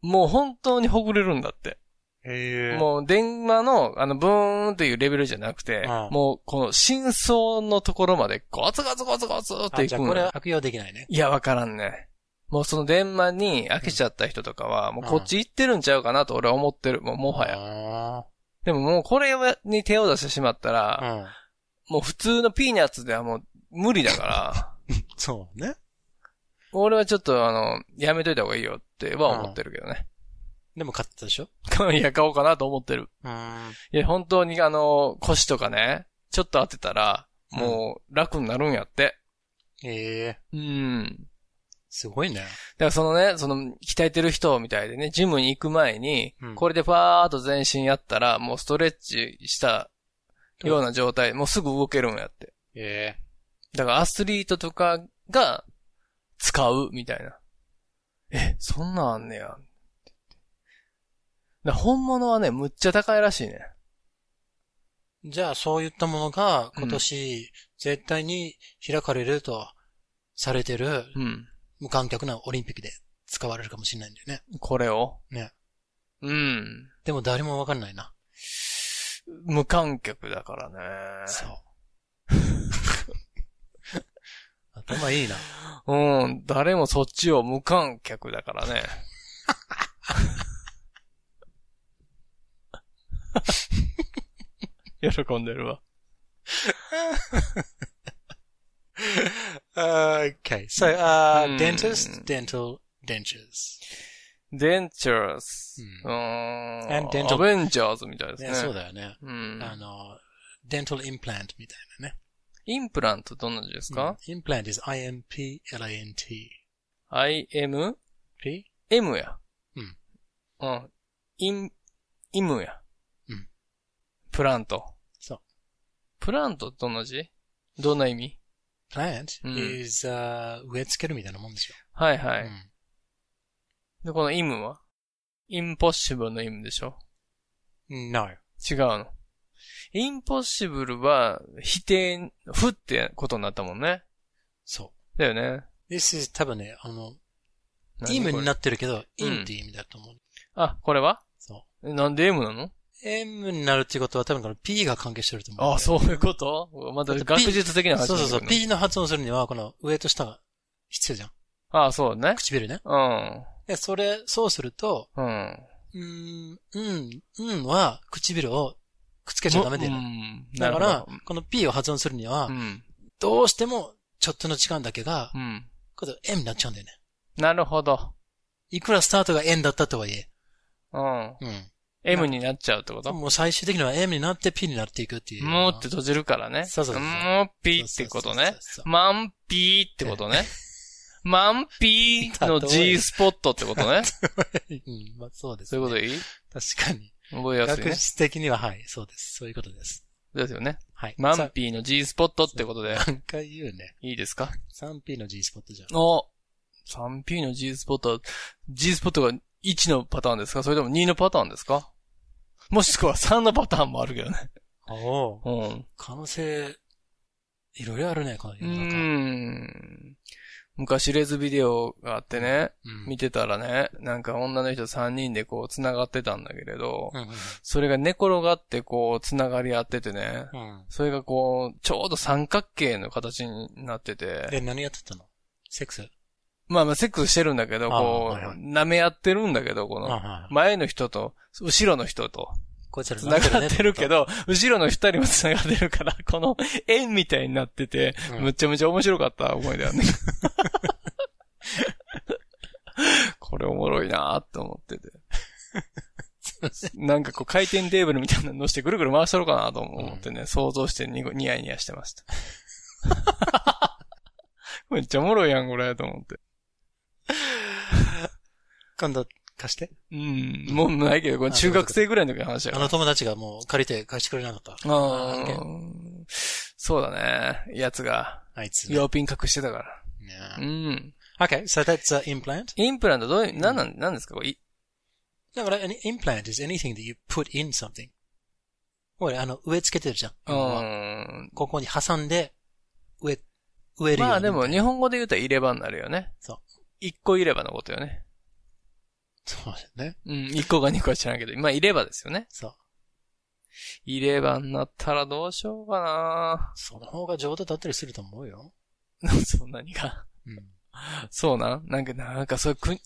[SPEAKER 1] もう本当にほぐれるんだって。
[SPEAKER 2] へ
[SPEAKER 1] もう電話の、あの、ブーンっていうレベルじゃなくて、
[SPEAKER 2] うん
[SPEAKER 1] もうこの真相のところまでゴツゴツゴツゴツって
[SPEAKER 2] あ
[SPEAKER 1] い
[SPEAKER 2] じ
[SPEAKER 1] く
[SPEAKER 2] ゃあ
[SPEAKER 1] ん
[SPEAKER 2] これ
[SPEAKER 1] よ
[SPEAKER 2] は悪用できないね。
[SPEAKER 1] いや、わからんね。もうその電話に飽きちゃった人とかは、もうこっち行ってるんちゃうかなと俺は思ってる。もうもはや。
[SPEAKER 2] や。
[SPEAKER 1] でももうこれに手を出してしまったら、
[SPEAKER 2] うん。
[SPEAKER 1] もう普通のピーナッツではもう無理だから、
[SPEAKER 2] そうね。
[SPEAKER 1] 俺はちょっと、あの、やめといた方がいいよっては思ってるけどね。
[SPEAKER 2] でも買ってたでしょ
[SPEAKER 1] いや、買おうかなと思ってる。
[SPEAKER 2] うん。
[SPEAKER 1] いや、本当にあの、腰とかね、ちょっと当てたら、もう楽になるんやって。
[SPEAKER 2] え
[SPEAKER 1] う
[SPEAKER 2] え
[SPEAKER 1] ん。
[SPEAKER 2] すごいね。
[SPEAKER 1] だからそのね、その、鍛えてる人みたいでね、ジムに行く前に、
[SPEAKER 2] うん
[SPEAKER 1] これでパーっと全身やったら、もうストレッチしたような状態、もうすぐ動けるんやって。
[SPEAKER 2] ええ
[SPEAKER 1] だからアスリートとかが使うみたいな。え、そんなんあんねや。ってだから本物はね、むっちゃ高いらしいね。
[SPEAKER 2] じゃあ、そういったものが、
[SPEAKER 1] うん
[SPEAKER 2] 今年、絶対に開かれると、されてる、
[SPEAKER 1] うん。
[SPEAKER 2] 無観客なオリンピックで使われるかもしれないんだよね。
[SPEAKER 1] これを。
[SPEAKER 2] ね。
[SPEAKER 1] うん。
[SPEAKER 2] でも誰もわかんないな。
[SPEAKER 1] 無観客だからね。
[SPEAKER 2] そう。頭いいな。
[SPEAKER 1] うん、誰もそっちを無観客だから ね。喜んでるわ。
[SPEAKER 2] okay, so, uh,
[SPEAKER 1] Hmm.
[SPEAKER 2] dentist, dental, dentures.
[SPEAKER 1] デンチャース。う
[SPEAKER 2] う
[SPEAKER 1] ーん。
[SPEAKER 2] And dental-
[SPEAKER 1] アベンジャーズみたいですね。
[SPEAKER 2] ね、そうだよね。
[SPEAKER 1] うん。
[SPEAKER 2] あの、dental implant みたいなね。
[SPEAKER 1] インプラントどんな字ですか、
[SPEAKER 2] うん ?implant is I-M-P-L-A-N-T.
[SPEAKER 1] ?I-M?
[SPEAKER 2] P?
[SPEAKER 1] M や。
[SPEAKER 2] うん。
[SPEAKER 1] うん。イン、イムや。
[SPEAKER 2] うん。
[SPEAKER 1] プラント。
[SPEAKER 2] そう。
[SPEAKER 1] プラントどんな字どんな意味
[SPEAKER 2] plant
[SPEAKER 1] うん
[SPEAKER 2] is, uh, 植え付けるみたいなもんですよ。
[SPEAKER 1] はいはい。
[SPEAKER 2] うん
[SPEAKER 1] で、このイムはインポッシブルのイムでしょ
[SPEAKER 2] No.
[SPEAKER 1] 違うの。インポッシブルは否定、不ってことになったもんね。
[SPEAKER 2] そ
[SPEAKER 1] だよね。
[SPEAKER 2] う。This is 多分ね、あの、
[SPEAKER 1] 何
[SPEAKER 2] im に
[SPEAKER 1] これ
[SPEAKER 2] なってるけど、
[SPEAKER 1] うん
[SPEAKER 2] in っていう意味だと思う。
[SPEAKER 1] あ、これは
[SPEAKER 2] そ
[SPEAKER 1] なんで M なの
[SPEAKER 2] う。m になるっていうことは多分この p が関係してると思う。
[SPEAKER 1] あ、そういうことまた
[SPEAKER 2] だって P-
[SPEAKER 1] 学術的な話
[SPEAKER 2] そう
[SPEAKER 1] に
[SPEAKER 2] そう
[SPEAKER 1] な
[SPEAKER 2] そ
[SPEAKER 1] る
[SPEAKER 2] う。
[SPEAKER 1] の
[SPEAKER 2] p の発音するには、この上と下が必要じゃん。
[SPEAKER 1] あ、そうね。
[SPEAKER 2] 唇ね。
[SPEAKER 1] うん。
[SPEAKER 2] で、それ、そうすると、
[SPEAKER 1] うん。
[SPEAKER 2] うーん、うん、うんは唇をくっつけちゃダメだよ
[SPEAKER 1] う
[SPEAKER 2] ね。
[SPEAKER 1] ん。
[SPEAKER 2] だ
[SPEAKER 1] な
[SPEAKER 2] か
[SPEAKER 1] る
[SPEAKER 2] ら
[SPEAKER 1] ほど、
[SPEAKER 2] この p を発音するには
[SPEAKER 1] う、ん。
[SPEAKER 2] どうしてもちょっとの時間だけが
[SPEAKER 1] う、ん。
[SPEAKER 2] これ m になっちゃうんだよね。
[SPEAKER 1] なるほど。
[SPEAKER 2] いくらスタートが n だったとはいえ、
[SPEAKER 1] うん。
[SPEAKER 2] うん。
[SPEAKER 1] M になっちゃうってこと
[SPEAKER 2] もう最終的には m になって p になっていくっていう。
[SPEAKER 1] もうって閉じるからね。
[SPEAKER 2] そうそうそう
[SPEAKER 1] もうピーってことね。
[SPEAKER 2] そうそうそうそう
[SPEAKER 1] マンピーってこと ね。マンピーの G スポットって ことね。
[SPEAKER 2] うん、まあそうです、
[SPEAKER 1] そういうこといい
[SPEAKER 2] 確かに。
[SPEAKER 1] 覚えやすい
[SPEAKER 2] 学
[SPEAKER 1] ね。
[SPEAKER 2] 術的には、はい、そうです。そういうことです。
[SPEAKER 1] ですよね。
[SPEAKER 2] はい。
[SPEAKER 1] マン
[SPEAKER 2] さ
[SPEAKER 1] ピーの G スポットってことで、
[SPEAKER 2] 何回言うね。
[SPEAKER 1] いいですか
[SPEAKER 2] 3P の G スポットじゃん。
[SPEAKER 1] お !3P の G スポットは、G スポットが1のパターンですかそれとも2のパターンですかもしくは3のパターンもあるけど ね。
[SPEAKER 2] おお。
[SPEAKER 1] うん。
[SPEAKER 2] 可能性、いろいろあるね、この
[SPEAKER 1] う
[SPEAKER 2] 世
[SPEAKER 1] ー
[SPEAKER 2] の中。
[SPEAKER 1] ん。昔レズビデオがあってね、
[SPEAKER 2] うん
[SPEAKER 1] 見てたらね、なんか女の人3人でこう繋がってたんだけれど、
[SPEAKER 2] うんうん
[SPEAKER 1] それが寝転がってこう繋がり合っててね、
[SPEAKER 2] うんうん
[SPEAKER 1] それがこう、ちょうど三角形の形になってて、
[SPEAKER 2] で、何やってたのセックス
[SPEAKER 1] まあまあセックスしてるんだけど、
[SPEAKER 2] ああ
[SPEAKER 1] こ、
[SPEAKER 2] はいはいう
[SPEAKER 1] 舐め合ってるんだけど、この、
[SPEAKER 2] ああ。
[SPEAKER 1] 前の人と、後ろの人と、
[SPEAKER 2] こいつら
[SPEAKER 1] 繋がってるけど、
[SPEAKER 2] ど。
[SPEAKER 1] 後ろの二人も繋がってるから、 この円みたいになってて、
[SPEAKER 2] うん
[SPEAKER 1] むちゃむちゃ面白かった思いだよね。 これおもろいなーって思ってて。なんかこう回転テーブルみたいなのしてぐるぐる回したろうかなと思ってね、想像してにニヤニヤしてました。 めっちゃおもろいやん、これ、と思って。
[SPEAKER 2] 今度貸して。
[SPEAKER 1] うん、もうないけど、これ中学生ぐらいの時の話や
[SPEAKER 2] あ
[SPEAKER 1] から
[SPEAKER 2] の友達がもう借りて貸してくれなかった。
[SPEAKER 1] あ
[SPEAKER 2] 案件
[SPEAKER 1] あ。そうだね。やつが、
[SPEAKER 2] あいつね。
[SPEAKER 1] 用品隠してたから。う
[SPEAKER 2] ね
[SPEAKER 1] ん。
[SPEAKER 2] Okay, so that's an implant.
[SPEAKER 1] インプラントどういう、なんなん、なんですかこれ、い
[SPEAKER 2] だから、an implant is anything that you put in something. ほら、あの、植え付けてるじゃん。
[SPEAKER 1] うーん。
[SPEAKER 2] ここに挟んで、植え、植えるように
[SPEAKER 1] まあでも、日本語で言うと入れ歯になるよね。
[SPEAKER 2] そう。
[SPEAKER 1] 一個入れ歯のことよね。
[SPEAKER 2] そうですね。
[SPEAKER 1] うん、一個か二個は知らんけど、まあ入れ歯ですよね。
[SPEAKER 2] そう。
[SPEAKER 1] 入れ歯になったらどうしようかな
[SPEAKER 2] その方が上手だったりすると思うよ。
[SPEAKER 1] そう、何が。
[SPEAKER 2] うん。
[SPEAKER 1] そうなんなんか、なんか、そういう国、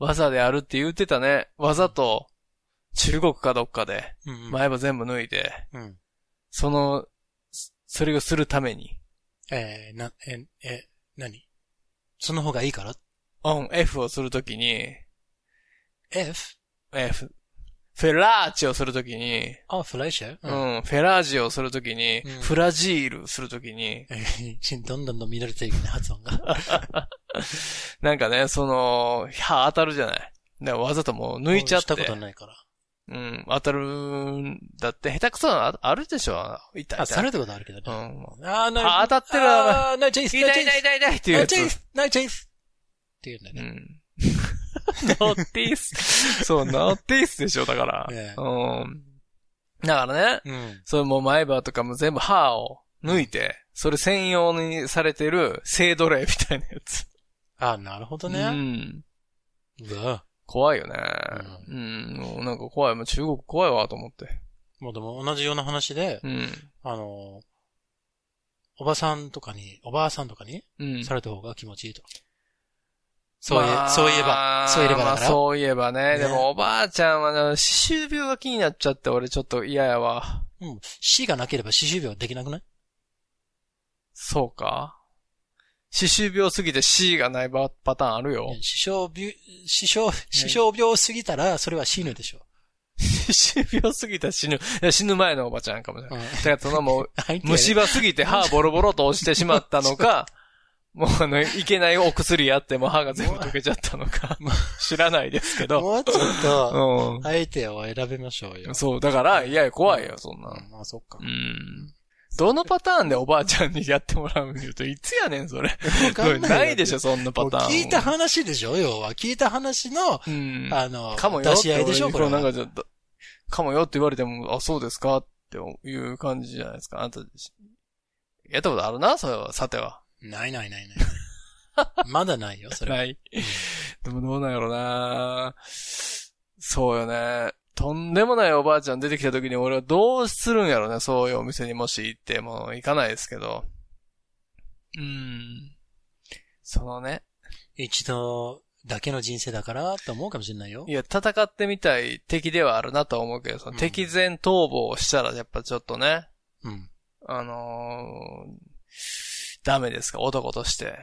[SPEAKER 1] 技であるって言ってたね。技と、中国かどっかで、
[SPEAKER 2] うん。
[SPEAKER 1] 前歯全部抜いて、
[SPEAKER 2] うん。
[SPEAKER 1] その、そそれをするために、
[SPEAKER 2] えー、な、え、え、何その方がいいから
[SPEAKER 1] on, F をするときに、
[SPEAKER 2] ?F?
[SPEAKER 1] F、フェラーチをするときに、
[SPEAKER 2] あ、フライシェ
[SPEAKER 1] う
[SPEAKER 2] うん。
[SPEAKER 1] ん、フェラージをするときに、
[SPEAKER 2] うん
[SPEAKER 1] フラジールするときに、
[SPEAKER 2] どんどんどん乱れていくね、発音 が。
[SPEAKER 1] なんかね、その、歯当たるじゃない。だからわざともう抜いちゃって。
[SPEAKER 2] 俺したことないから。
[SPEAKER 1] うん、当たるんだって、下手くそなのああるでしょ痛い痛い。
[SPEAKER 2] あ、されたことあるけど
[SPEAKER 1] う
[SPEAKER 2] ね。
[SPEAKER 1] ん。
[SPEAKER 2] あー、
[SPEAKER 1] あ当たってるなお前
[SPEAKER 2] あー、ナイチェイス、
[SPEAKER 1] 痛い
[SPEAKER 2] ナ
[SPEAKER 1] 痛い
[SPEAKER 2] イチェイス、
[SPEAKER 1] 痛い痛いっていう
[SPEAKER 2] ナイ
[SPEAKER 1] や
[SPEAKER 2] チェイ
[SPEAKER 1] つ。
[SPEAKER 2] ス、ナイチェイスっていうんだよ
[SPEAKER 1] う
[SPEAKER 2] ね。
[SPEAKER 1] ん。 ノーティース。 そう、ノーティースでしょ、だから。
[SPEAKER 2] ね
[SPEAKER 1] うん。だからね、
[SPEAKER 2] うん。
[SPEAKER 1] それもう前歯とかも全部歯を抜いて、それ専用にされてる性奴隷みたいなやつ。
[SPEAKER 2] あー、なるほど
[SPEAKER 1] う
[SPEAKER 2] ね。
[SPEAKER 1] ん。
[SPEAKER 2] うわ
[SPEAKER 1] 怖いよね。うん。もうなんか怖い。もう中国怖いわ、と思って。
[SPEAKER 2] もうでも同じような話で、
[SPEAKER 1] うん。
[SPEAKER 2] あの、おばさんとかに、おばあさんとかに
[SPEAKER 1] うん。
[SPEAKER 2] された方が気持ちいいと。そうい
[SPEAKER 1] まあ
[SPEAKER 2] え、そういえば、そういえば
[SPEAKER 1] ま
[SPEAKER 2] だ
[SPEAKER 1] あ
[SPEAKER 2] から。
[SPEAKER 1] そういえばね。
[SPEAKER 2] ね
[SPEAKER 1] でもおばあちゃんはね、歯周病が気になっちゃって、俺ちょっと嫌やわ。
[SPEAKER 2] うん。死がなければ歯周病はできなくない
[SPEAKER 1] そうか歯周病すぎて C がないパターンあるよ
[SPEAKER 2] いや。死傷病、死傷、死傷病過ぎたら、それは死ぬでしょ。
[SPEAKER 1] 歯周病すぎたら死ぬ。いや死ぬ前のおばちゃんかもしれ
[SPEAKER 2] う
[SPEAKER 1] ない。
[SPEAKER 2] ん。
[SPEAKER 1] だからそ のもう、
[SPEAKER 2] 相手はね
[SPEAKER 1] 虫歯すぎて歯ボロボロと落ちてしまったの か、もうあの、いけないお薬やっても歯が全部溶けちゃったの か、知らないですけど。
[SPEAKER 2] もうちょっと、
[SPEAKER 1] う
[SPEAKER 2] 相手を選びましょうよ
[SPEAKER 1] ん。。そう、だから、いやいや、怖いよ、そんな。
[SPEAKER 2] うんまあ、そっか
[SPEAKER 1] う。ん。どのパターンでおばあちゃんにやってもらうん言うと、いつやねん、それ。
[SPEAKER 2] かんないよ
[SPEAKER 1] ないでしょ、そんなパ
[SPEAKER 2] もう
[SPEAKER 1] ターン。
[SPEAKER 2] 聞いた話でしょ要は。聞いた話の、
[SPEAKER 1] うん。
[SPEAKER 2] あの、
[SPEAKER 1] かもよ
[SPEAKER 2] 出
[SPEAKER 1] って
[SPEAKER 2] し合いでしょこれは。
[SPEAKER 1] なんかちょっと、かもよって言われても、あ、そうですかっていう感じじゃないですか。あなた、やったことあるな、それは、さては。
[SPEAKER 2] ないないないない。まだないよ、それは。
[SPEAKER 1] ない。でもどうなんやろなそうよね。とんでもないおばあちゃん出てきた時に俺はどうするんやろね。そういうお店にもし行っても行かないですけど。うん。そのね。
[SPEAKER 2] 一度だけの人生だから、と思うかもしれないよ
[SPEAKER 1] い。や、戦ってみたい敵ではあるなとは思うけど、その
[SPEAKER 2] うん
[SPEAKER 1] 敵前逃亡をしたらやっぱちょっとね、
[SPEAKER 2] うん。
[SPEAKER 1] あのーダメですか、男として。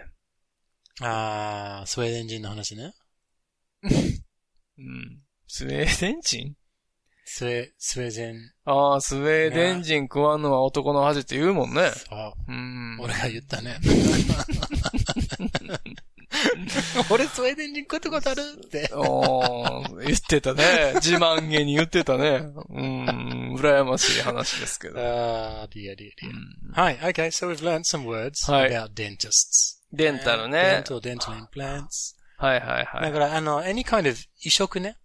[SPEAKER 2] あー、スウェーデン人の話ね。
[SPEAKER 1] うん。スウェーデン人
[SPEAKER 2] スウェ、スウェーデン。
[SPEAKER 1] ああ、スウェーデン人食わんのは男の恥って言うもんね。
[SPEAKER 2] あ、
[SPEAKER 1] うん。
[SPEAKER 2] 俺が言ったね。 俺スウェーデン人食ったことあるって。
[SPEAKER 1] おー言って たね。自慢げに言ってたね。うん、羨ましい話ですけど。
[SPEAKER 2] あー、リアリア
[SPEAKER 1] う
[SPEAKER 2] リ
[SPEAKER 1] ん
[SPEAKER 2] ア。はい、okay, so we've learned some words
[SPEAKER 1] はい
[SPEAKER 2] about dentists.
[SPEAKER 1] デンタルね。
[SPEAKER 2] Dental, dental implants.
[SPEAKER 1] はいはいは
[SPEAKER 2] だ
[SPEAKER 1] い。
[SPEAKER 2] から、あの、any kind of 移植ね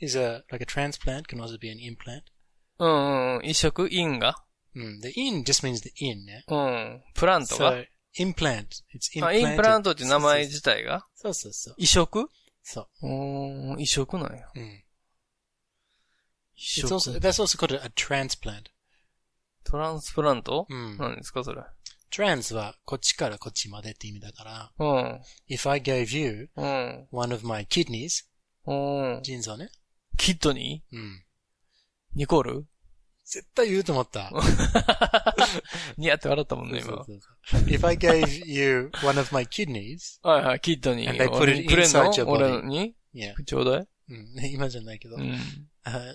[SPEAKER 2] is a, like a transplant, can also be an implant.
[SPEAKER 1] うんうんうん、移植インが
[SPEAKER 2] うん。The in just means the in ね。
[SPEAKER 1] うん。プラントが
[SPEAKER 2] So, implant. It's
[SPEAKER 1] あ、
[SPEAKER 2] implant.
[SPEAKER 1] インプラントって名前自体が
[SPEAKER 2] そうそうそう。
[SPEAKER 1] 移植
[SPEAKER 2] そう
[SPEAKER 1] ーん、移植なんや。
[SPEAKER 2] う。うん。
[SPEAKER 1] 移
[SPEAKER 2] Hmm. It's
[SPEAKER 1] 植。
[SPEAKER 2] also, that's also called a transplant. Hmm.
[SPEAKER 1] トランスプラント
[SPEAKER 2] うん。
[SPEAKER 1] 何ですかそれ。
[SPEAKER 2] trans はこっちからこっちまでって意味だから、
[SPEAKER 1] うん。
[SPEAKER 2] if I gave you
[SPEAKER 1] うん。
[SPEAKER 2] one of my kidneys,
[SPEAKER 1] うん。
[SPEAKER 2] 腎臓ね。
[SPEAKER 1] キッドニ
[SPEAKER 2] うん。
[SPEAKER 1] ーニコール
[SPEAKER 2] 絶対言うと思った。
[SPEAKER 1] ニヤって笑ったもんね、
[SPEAKER 2] そう
[SPEAKER 1] 今
[SPEAKER 2] そ。うそう if I gave you one of my kidneys,
[SPEAKER 1] はいはい、キッドニー。
[SPEAKER 2] And they put it
[SPEAKER 1] 俺にくれんの
[SPEAKER 2] inside your body.
[SPEAKER 1] 俺に
[SPEAKER 2] yeah.
[SPEAKER 1] ちょうだい
[SPEAKER 2] うん、 今じゃないけど、
[SPEAKER 1] うん。
[SPEAKER 2] Uh,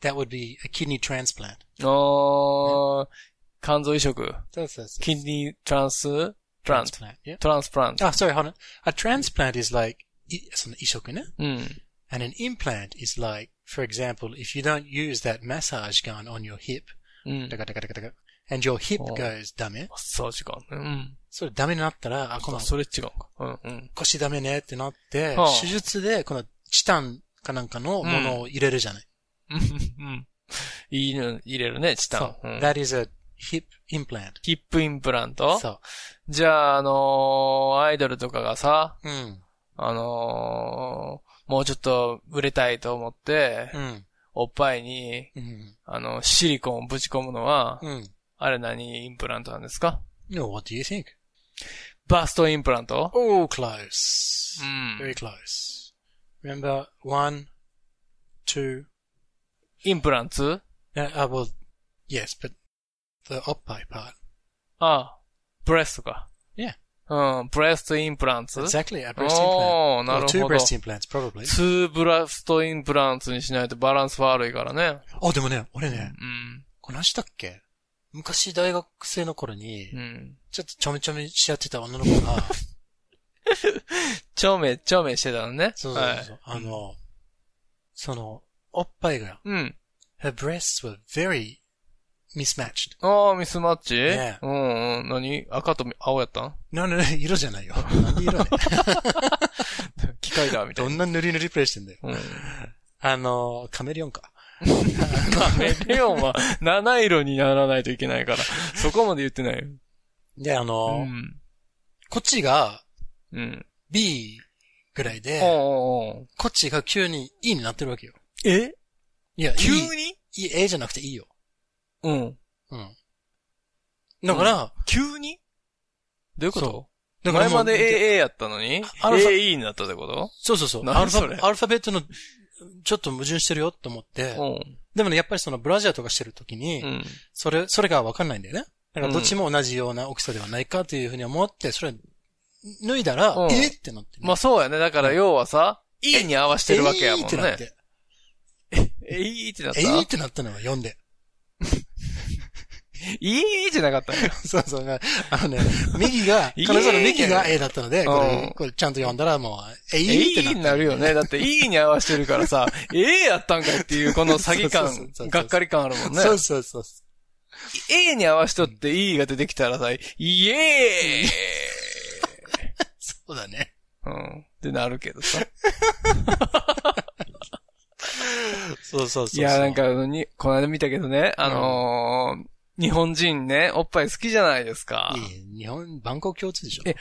[SPEAKER 2] that would be a kidney transplant.
[SPEAKER 1] あー、肝臓移植。
[SPEAKER 2] そうそうそう。
[SPEAKER 1] キッニートランスプラント。
[SPEAKER 2] transplant. Yeah.
[SPEAKER 1] トランスプラント。
[SPEAKER 2] Ah, sorry, hold on. A transplant is like, i- その移植ね。
[SPEAKER 1] うん。
[SPEAKER 2] And an implant is like, for example, if you don't use that massage gun on your hip,
[SPEAKER 1] うん Oh。
[SPEAKER 2] だ。かだかだかだか and your hip
[SPEAKER 1] お
[SPEAKER 2] goes ダメ。
[SPEAKER 1] そう、時間ね。うん。
[SPEAKER 2] それダメになったら、あ、この
[SPEAKER 1] それ違うか。うんうん。
[SPEAKER 2] 腰ダメねってなって
[SPEAKER 1] はあ、
[SPEAKER 2] 手術でこのチタンかなんかのものを入れるじゃない。
[SPEAKER 1] うん。いいの入れるね、チ
[SPEAKER 2] そ
[SPEAKER 1] タ
[SPEAKER 2] う
[SPEAKER 1] ン。うん。
[SPEAKER 2] That is a hip implant.
[SPEAKER 1] ヒップインプラント
[SPEAKER 2] そ
[SPEAKER 1] じゃあ、あのーアイドルとかがさ、
[SPEAKER 2] う。うん。
[SPEAKER 1] あのーもうちょっと売れたいと思って、
[SPEAKER 2] うん。
[SPEAKER 1] おっぱいに、
[SPEAKER 2] うん。
[SPEAKER 1] あの、シリコンをぶち込むのは、
[SPEAKER 2] うん。
[SPEAKER 1] あれ何インプラントなんですか
[SPEAKER 2] No, what do you think?
[SPEAKER 1] バストインプラント
[SPEAKER 2] Oh, close.
[SPEAKER 1] うん
[SPEAKER 2] Very close. Remember, one, two,
[SPEAKER 1] インプランツ
[SPEAKER 2] uh, uh, well, yes, but the oppai part.
[SPEAKER 1] ああ、ブレスとか。
[SPEAKER 2] Yeah.
[SPEAKER 1] あうん、ブレストインプランツ
[SPEAKER 2] Exactly, a breast implant.
[SPEAKER 1] Oh, なる
[SPEAKER 2] Or
[SPEAKER 1] ほ
[SPEAKER 2] two
[SPEAKER 1] ど。
[SPEAKER 2] breast implants, probably.
[SPEAKER 1] ツーブラストインプランツにしないとバランス悪いからね。
[SPEAKER 2] あ、でもね、俺ね、
[SPEAKER 1] うん。
[SPEAKER 2] これ何したっけ昔大学生の頃に
[SPEAKER 1] う、ん。
[SPEAKER 2] ちょっとちょめちょめし合ってた女の子 が、
[SPEAKER 1] ちょめちょめしてたのね。
[SPEAKER 2] そうそうそうそう、
[SPEAKER 1] はい
[SPEAKER 2] あの、その、おっぱいが、
[SPEAKER 1] うん。
[SPEAKER 2] her breasts were very mismatched.
[SPEAKER 1] ああ、ミスマッチ、
[SPEAKER 2] ね
[SPEAKER 1] うんうん。何赤と青やったん
[SPEAKER 2] No, no, no, 色じゃないよ。なんで色ね。
[SPEAKER 1] 機械だ、みたい
[SPEAKER 2] ど
[SPEAKER 1] な。
[SPEAKER 2] んな塗り塗りプレイしてんだよ。
[SPEAKER 1] うん。
[SPEAKER 2] あの、カメレオンか。
[SPEAKER 1] カメレオンは七色にならないといけない から、そこまで言ってないよ。
[SPEAKER 2] で、あ
[SPEAKER 1] う
[SPEAKER 2] の、
[SPEAKER 1] ん。
[SPEAKER 2] こっちが
[SPEAKER 1] うん。
[SPEAKER 2] B ぐらい
[SPEAKER 1] おう
[SPEAKER 2] で、
[SPEAKER 1] おうおう
[SPEAKER 2] こっちが急に E になってるわけよ。
[SPEAKER 1] え
[SPEAKER 2] いや、
[SPEAKER 1] 急
[SPEAKER 2] E
[SPEAKER 1] に
[SPEAKER 2] E、A じゃなくていいよ。
[SPEAKER 1] うん。
[SPEAKER 2] うん。だから、
[SPEAKER 1] 急にどういうこと
[SPEAKER 2] だから
[SPEAKER 1] 前
[SPEAKER 2] も
[SPEAKER 1] ま
[SPEAKER 2] う
[SPEAKER 1] で AA やったのに、
[SPEAKER 2] あのさ
[SPEAKER 1] AE になったってこと
[SPEAKER 2] そうそうそう。ア
[SPEAKER 1] 何
[SPEAKER 2] ルファ
[SPEAKER 1] それ
[SPEAKER 2] アルファベットの、ちょっと矛盾してるよと思って、
[SPEAKER 1] うん。
[SPEAKER 2] でもね、やっぱりそのブラジャーとかしてるときに、
[SPEAKER 1] うん。
[SPEAKER 2] それ、それがわかんないんだよね。だからどっちも同じような大きさではないかというふうに思って、それ脱いだら、
[SPEAKER 1] うん
[SPEAKER 2] えってなってね、
[SPEAKER 1] まあそうやね。だから要はさ、E に合わせてるわけやもん
[SPEAKER 2] えーってなっ
[SPEAKER 1] ね。
[SPEAKER 2] て。
[SPEAKER 1] E ってなっ
[SPEAKER 2] え
[SPEAKER 1] た
[SPEAKER 2] ーってなったのが読んで。
[SPEAKER 1] ?E じゃなかったんや。
[SPEAKER 2] そうそう。あのね、右 が、
[SPEAKER 1] いい
[SPEAKER 2] 彼女の右が A だったので、こ
[SPEAKER 1] うん
[SPEAKER 2] れ、これちゃんと読んだらもう、えーってな
[SPEAKER 1] E
[SPEAKER 2] っ
[SPEAKER 1] に
[SPEAKER 2] た。
[SPEAKER 1] なるよね。だって E に合わせてるから さ、A やったんかいっていうこの詐欺
[SPEAKER 2] そうそうそうそう
[SPEAKER 1] 感、がっかり感あるもんね。
[SPEAKER 2] そうそうそう。
[SPEAKER 1] A に合わせとって E が出てきたらさ、イエーイ
[SPEAKER 2] そうだね。
[SPEAKER 1] うん。ってなるけ どさ。
[SPEAKER 2] そうそうそ
[SPEAKER 1] い
[SPEAKER 2] う。
[SPEAKER 1] や、なん、か、に、この間見たけどね、あのー日本人ね、おっぱい好きじゃないですか。
[SPEAKER 2] いい日本、万国共通でしょ。
[SPEAKER 1] え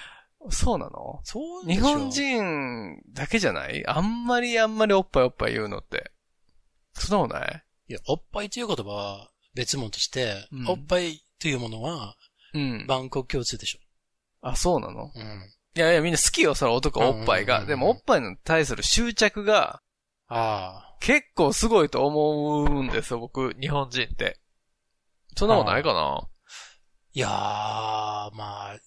[SPEAKER 1] そうなの
[SPEAKER 2] そうで
[SPEAKER 1] 日
[SPEAKER 2] しょ
[SPEAKER 1] 本人だけじゃないあんまりあんまりおっぱいおっぱい言うのって。そんなことない
[SPEAKER 2] いや、おっぱいという言葉は別物として、
[SPEAKER 1] うん
[SPEAKER 2] おっぱいというものは
[SPEAKER 1] うん。
[SPEAKER 2] 万国共通でしょ。
[SPEAKER 1] あ、そうなの
[SPEAKER 2] うん。
[SPEAKER 1] いやいや、みんな好きよ、その男おっぱい
[SPEAKER 2] うん
[SPEAKER 1] が。
[SPEAKER 2] うんう
[SPEAKER 1] で
[SPEAKER 2] ん
[SPEAKER 1] もおっぱいに対する執着が
[SPEAKER 2] ああ。
[SPEAKER 1] 結構すごいと思うんですよ、僕、日本人って。そんなことないかない
[SPEAKER 2] やー、まあ、うん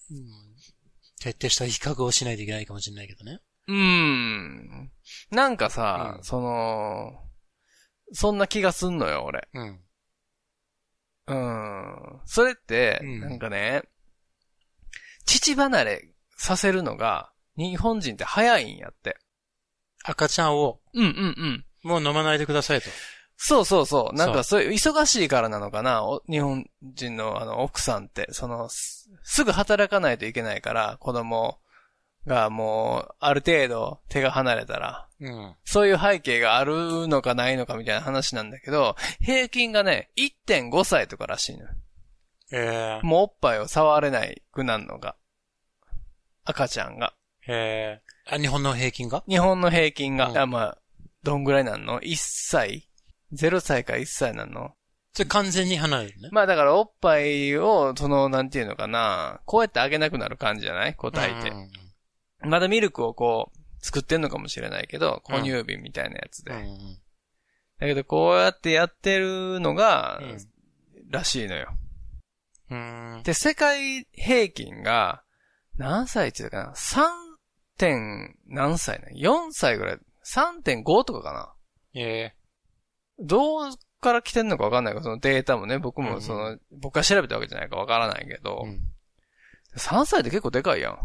[SPEAKER 2] 徹底した比較をしないといけないかもしれないけどね。
[SPEAKER 1] うーん。なんかさ、
[SPEAKER 2] うん
[SPEAKER 1] その、そんな気がすんのよ、俺。
[SPEAKER 2] うん。
[SPEAKER 1] うん。それって、
[SPEAKER 2] うん
[SPEAKER 1] なんかね、父離れさせるのが、日本人って早いんやって。
[SPEAKER 2] 赤ちゃんを、
[SPEAKER 1] うんうんうん。
[SPEAKER 2] もう飲まないでくださいと。
[SPEAKER 1] そうそうそう。なんかそういう、忙しいからなのかな、お日本人のあの、奥さんって。その、すすぐ働かないといけないから、子供がもう、ある程度手が離れたら。
[SPEAKER 2] うん。
[SPEAKER 1] そういう背景があるのかないのかみたいな話なんだけど、平均がね、1.5歳とからしいのよ。
[SPEAKER 2] え
[SPEAKER 1] もうおっぱいを触れないくなんのが。赤ちゃんが。
[SPEAKER 2] ええあ、日本の平均が
[SPEAKER 1] 日本の平均が、
[SPEAKER 2] うん
[SPEAKER 1] あ、まあ、どんぐらいなんの ?1 歳 ?0 歳か1歳なの
[SPEAKER 2] それ完全に離れ るね。
[SPEAKER 1] まあだからおっぱいを、その、なんていうのかな、こうやってあげなくなる感じじゃない答えて
[SPEAKER 2] う。ん
[SPEAKER 1] まだミルクをこう、作ってんのかもしれないけど、哺乳瓶みたいなやつで。
[SPEAKER 2] うんうん
[SPEAKER 1] だけどこうやってやってるのが、
[SPEAKER 2] うん
[SPEAKER 1] らしいのよ。
[SPEAKER 2] うん。うん。
[SPEAKER 1] で、世界平均が、何歳って言ったかな ?3. 点何歳ね ?4 歳ぐらい ?3.5 とかかな
[SPEAKER 2] ええ
[SPEAKER 1] どうから来てんのかわかんないから、そのデータもね、僕
[SPEAKER 2] うんう
[SPEAKER 1] も
[SPEAKER 2] ん
[SPEAKER 1] その、僕が調べたわけじゃないからわからないけど、
[SPEAKER 2] うん
[SPEAKER 1] 3歳って結構でかいやん。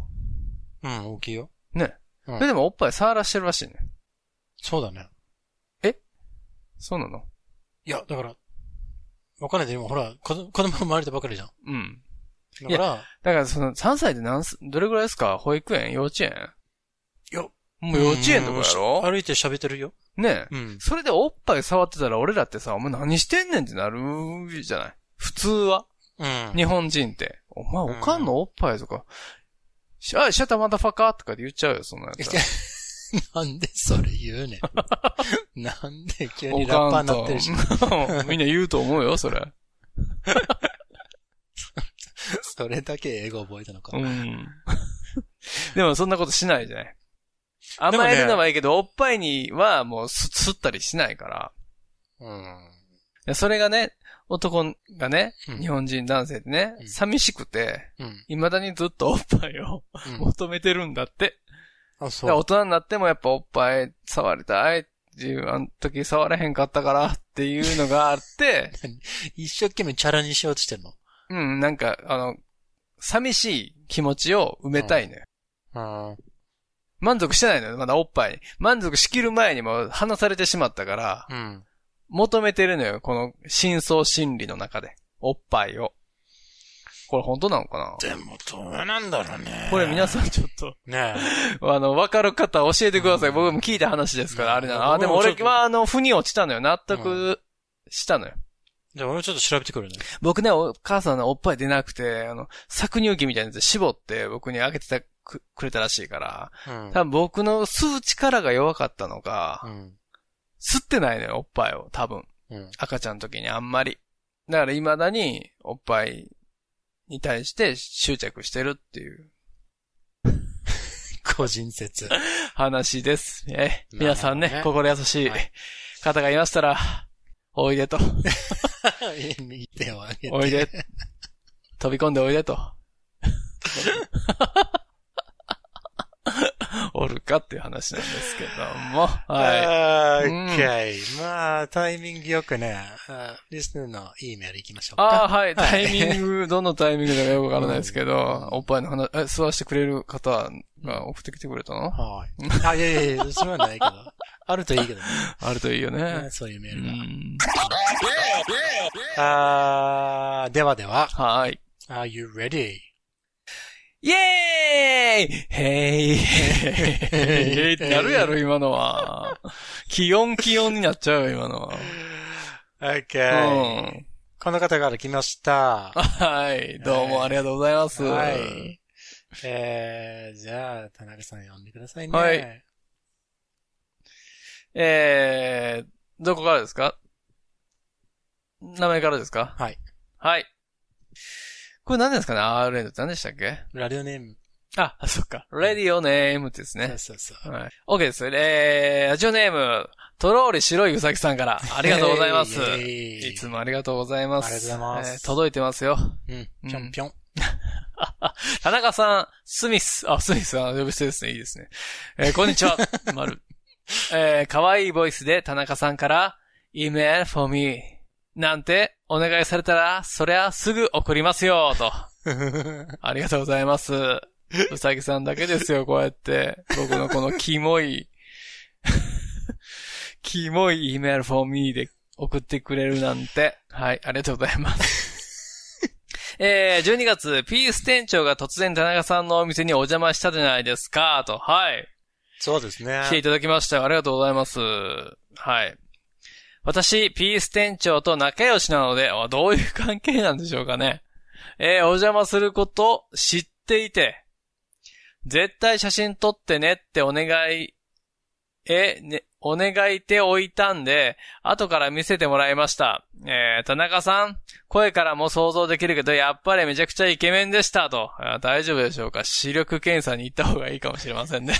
[SPEAKER 2] うん、大きいよ。
[SPEAKER 1] ね。
[SPEAKER 2] うん
[SPEAKER 1] それでもおっぱい触らしてるらしいね。
[SPEAKER 2] そうだね。
[SPEAKER 1] そうなの
[SPEAKER 2] いや、だから、わかんないで、今ほら、子供子供生まれたばかりじゃん。
[SPEAKER 1] うん。
[SPEAKER 2] だから、
[SPEAKER 1] だからその3歳って何す、どれぐらいですか保育園幼稚園
[SPEAKER 2] いや
[SPEAKER 1] もう幼稚園とかやろ
[SPEAKER 2] 歩いて喋ってるよ。
[SPEAKER 1] ねえ。
[SPEAKER 2] うん。
[SPEAKER 1] それでおっぱい触ってたら俺らってさ、お前何してんねんってなるじゃない普通は
[SPEAKER 2] うん。
[SPEAKER 1] 日本人って。お前おかんのおっぱいとか、しあ、シャタマダファカーとかで言っちゃうよ、そんなやつは。
[SPEAKER 2] なんでそれ言うねん。 なんで急
[SPEAKER 1] お
[SPEAKER 2] にラッパ
[SPEAKER 1] か
[SPEAKER 2] ー
[SPEAKER 1] んと
[SPEAKER 2] になってるし。。
[SPEAKER 1] みんな言うと思うよ、それ。
[SPEAKER 2] それだけ英語覚えたのか
[SPEAKER 1] う。ん。 でもそんなことしないじゃない甘えるのはいいけど、おっぱいにはもうす、すったりしないから。
[SPEAKER 2] うん。
[SPEAKER 1] でそれがね、男がね、
[SPEAKER 2] うん
[SPEAKER 1] 日本人男性でね、
[SPEAKER 2] うん
[SPEAKER 1] 寂しくて、
[SPEAKER 2] うん。
[SPEAKER 1] 未だにずっとおっぱいを
[SPEAKER 2] うん
[SPEAKER 1] 求めてるんだって。だか
[SPEAKER 2] あ、
[SPEAKER 1] ら
[SPEAKER 2] そ
[SPEAKER 1] 大
[SPEAKER 2] う。
[SPEAKER 1] 人になってもやっぱおっぱい触りたいっていう、あの時触れへんかったからっていうのがあって、
[SPEAKER 2] 一生懸命チャラにしようとしてるの。
[SPEAKER 1] うん、なんか、あの、寂しい気持ちを埋めたいのよ。
[SPEAKER 2] あ
[SPEAKER 1] 満足してないのよ、まだおっぱいに。満足しきる前にも離されてしまったから、
[SPEAKER 2] あ。うん。
[SPEAKER 1] 求めてるのよ、この真相心理の中で。おっぱいを。これ本当なのかな
[SPEAKER 2] でも、どうなんだろうね。
[SPEAKER 1] これ皆さんちょっと、
[SPEAKER 2] ね
[SPEAKER 1] あの、わかる方教えてください。僕も聞いた話ですから、
[SPEAKER 2] うん
[SPEAKER 1] あれなの。あ、でも
[SPEAKER 2] 僕もちょ
[SPEAKER 1] 俺
[SPEAKER 2] っと
[SPEAKER 1] は、あの、腑に落ちたのよ。納得したのよ。
[SPEAKER 2] え。じゃあ、俺もちょっと調べてくるね。
[SPEAKER 1] 僕ね、お母さんのおっぱい出なくて、あの、搾乳器みたいなやつで絞って僕にあげてたくくれたらしいから、
[SPEAKER 2] うん。
[SPEAKER 1] 多分僕の吸う力が弱かったのか、
[SPEAKER 2] うん。
[SPEAKER 1] 吸ってないのよ、おっぱいを、多分。
[SPEAKER 2] うん。
[SPEAKER 1] 赤ちゃんの時にあんまり。だから未だにおっぱいに対して執着してるっていう
[SPEAKER 2] 個人説。
[SPEAKER 1] 話です。え、
[SPEAKER 2] ほどね
[SPEAKER 1] 皆さんね、心優しい
[SPEAKER 2] はい
[SPEAKER 1] 方がいましたら、おい でと、
[SPEAKER 2] 右手を上げ
[SPEAKER 1] おい
[SPEAKER 2] て。
[SPEAKER 1] で、飛び込んでおい でと。おるかっていう話なんですけども、は
[SPEAKER 2] は
[SPEAKER 1] う
[SPEAKER 2] い。
[SPEAKER 1] ん
[SPEAKER 2] OK。まあ、タイミングよくね、あリスナーの E メール行きましょう
[SPEAKER 1] い。ああ、
[SPEAKER 2] か。
[SPEAKER 1] はい、タイミング、どのタイミングだかよくわからないですけど、おっぱいの話、え、吸わしてくれる方が送ってきてくれたの
[SPEAKER 2] はい。あ、いやいやいや、それはないけど。あるといいけどね
[SPEAKER 1] あるといいよね
[SPEAKER 2] ね。。そういうメ
[SPEAKER 1] う
[SPEAKER 2] ールが。
[SPEAKER 1] ん
[SPEAKER 2] あー、ではでは、
[SPEAKER 1] はい。
[SPEAKER 2] Are you ready?
[SPEAKER 1] イエーイヘイヘイヘイってなるやろ、今のは。気温気温になっちゃうよ、今のは。う
[SPEAKER 2] Okay.
[SPEAKER 1] ん。
[SPEAKER 2] この方から来ました。
[SPEAKER 1] はい。どうもありがとうございます。
[SPEAKER 2] はい。えー、じゃあ、田中さん呼んでくださいね。
[SPEAKER 1] はい。えー、どこからですか名前からですか
[SPEAKER 2] はい。
[SPEAKER 1] はい。これ何ですかね ?RN って何でしたっけ
[SPEAKER 2] ラジオネーム。
[SPEAKER 1] あ、あそっか。レディオネームですね。
[SPEAKER 2] そうそうそう。
[SPEAKER 1] はい。OK です。えー、ラジオネーム、とろーり白いウサギさんから、ありがとうござい ます。
[SPEAKER 2] えー
[SPEAKER 1] いつもありがとうございます。
[SPEAKER 2] ありがとうございます
[SPEAKER 1] 届いてますよ。
[SPEAKER 2] うん。ぴょんぴょん。
[SPEAKER 1] 田中さん、スミス、あ、スミス、あ、呼び捨てですね。いいですね。えーこんにちは、まる。えー、可愛いボイスで田中さんから、email for me なんてお願いされたら、そりゃすぐ送りますよ、と。ありがとうございます。うさぎさんだけですよ、こうやって。僕のこのキモい、 キモい email for me で送ってくれるなんて。はい、ありがとうございます。えー、12月、ピース店長が突然田中さんのお店にお邪魔したじゃないですか、と。はい。
[SPEAKER 2] そうですね。
[SPEAKER 1] 来ていただきましたよ。ありがとうございます。はい。私、ピース店長と仲良しなので、あどういう関係なんでしょうかね。えーお邪魔すること知っていて、絶対写真撮ってねってお願い、え、ね、お願いておいたんで、後から見せてもらいました。えー田中さん、声からも想像できるけど、やっぱりめちゃくちゃイケメンでしたと。あ大丈夫でしょうか視力検査に行った方がいいかもしれませんね。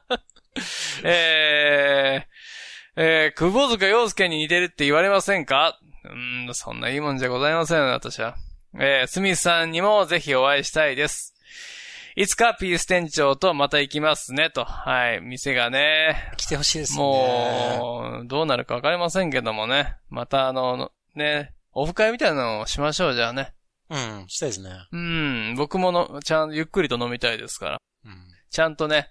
[SPEAKER 1] えー、えー、久保塚洋介に似てるって言われませんかうーん、そんないいもんじゃございませんよ、私は。えー、スミスさんにもぜひお会いしたいです。いつかピース店長とまた行きますね、と。はい、店がね、
[SPEAKER 2] 来てほしいですね。
[SPEAKER 1] もう、どうなるかわかりませんけどもね。またあの、のね、オフ会みたいなのをしましょう、じゃあね。
[SPEAKER 2] う。うん、したいですね。
[SPEAKER 1] うん、僕もの、ちゃん、ゆっくりと飲みたいですから。
[SPEAKER 2] うん。
[SPEAKER 1] ちゃんとね、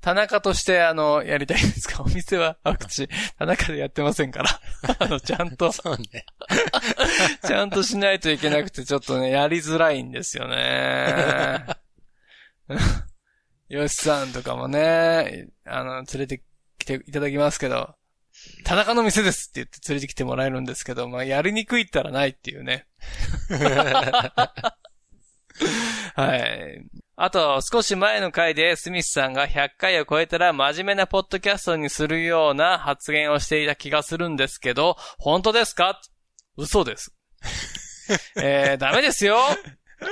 [SPEAKER 1] 田中として、あの、やりたいですかお店は、あ、口、田中でやってませんから。あの、ちゃんと、
[SPEAKER 2] そうね。
[SPEAKER 1] ちゃんとしないといけなくて、ちょっとね、やりづらいんですよね。よしさんとかもね、あの、連れてきていただきますけど、田中の店ですって言って連れてきてもらえるんですけど、まあ、やりにくいったらないっていうね。はい。あと、少し前の回でスミスさんが100回を超えたら真面目なポッドキャストにするような発言をしていた気がするんですけど、本当ですか嘘です。えー、ダメですよ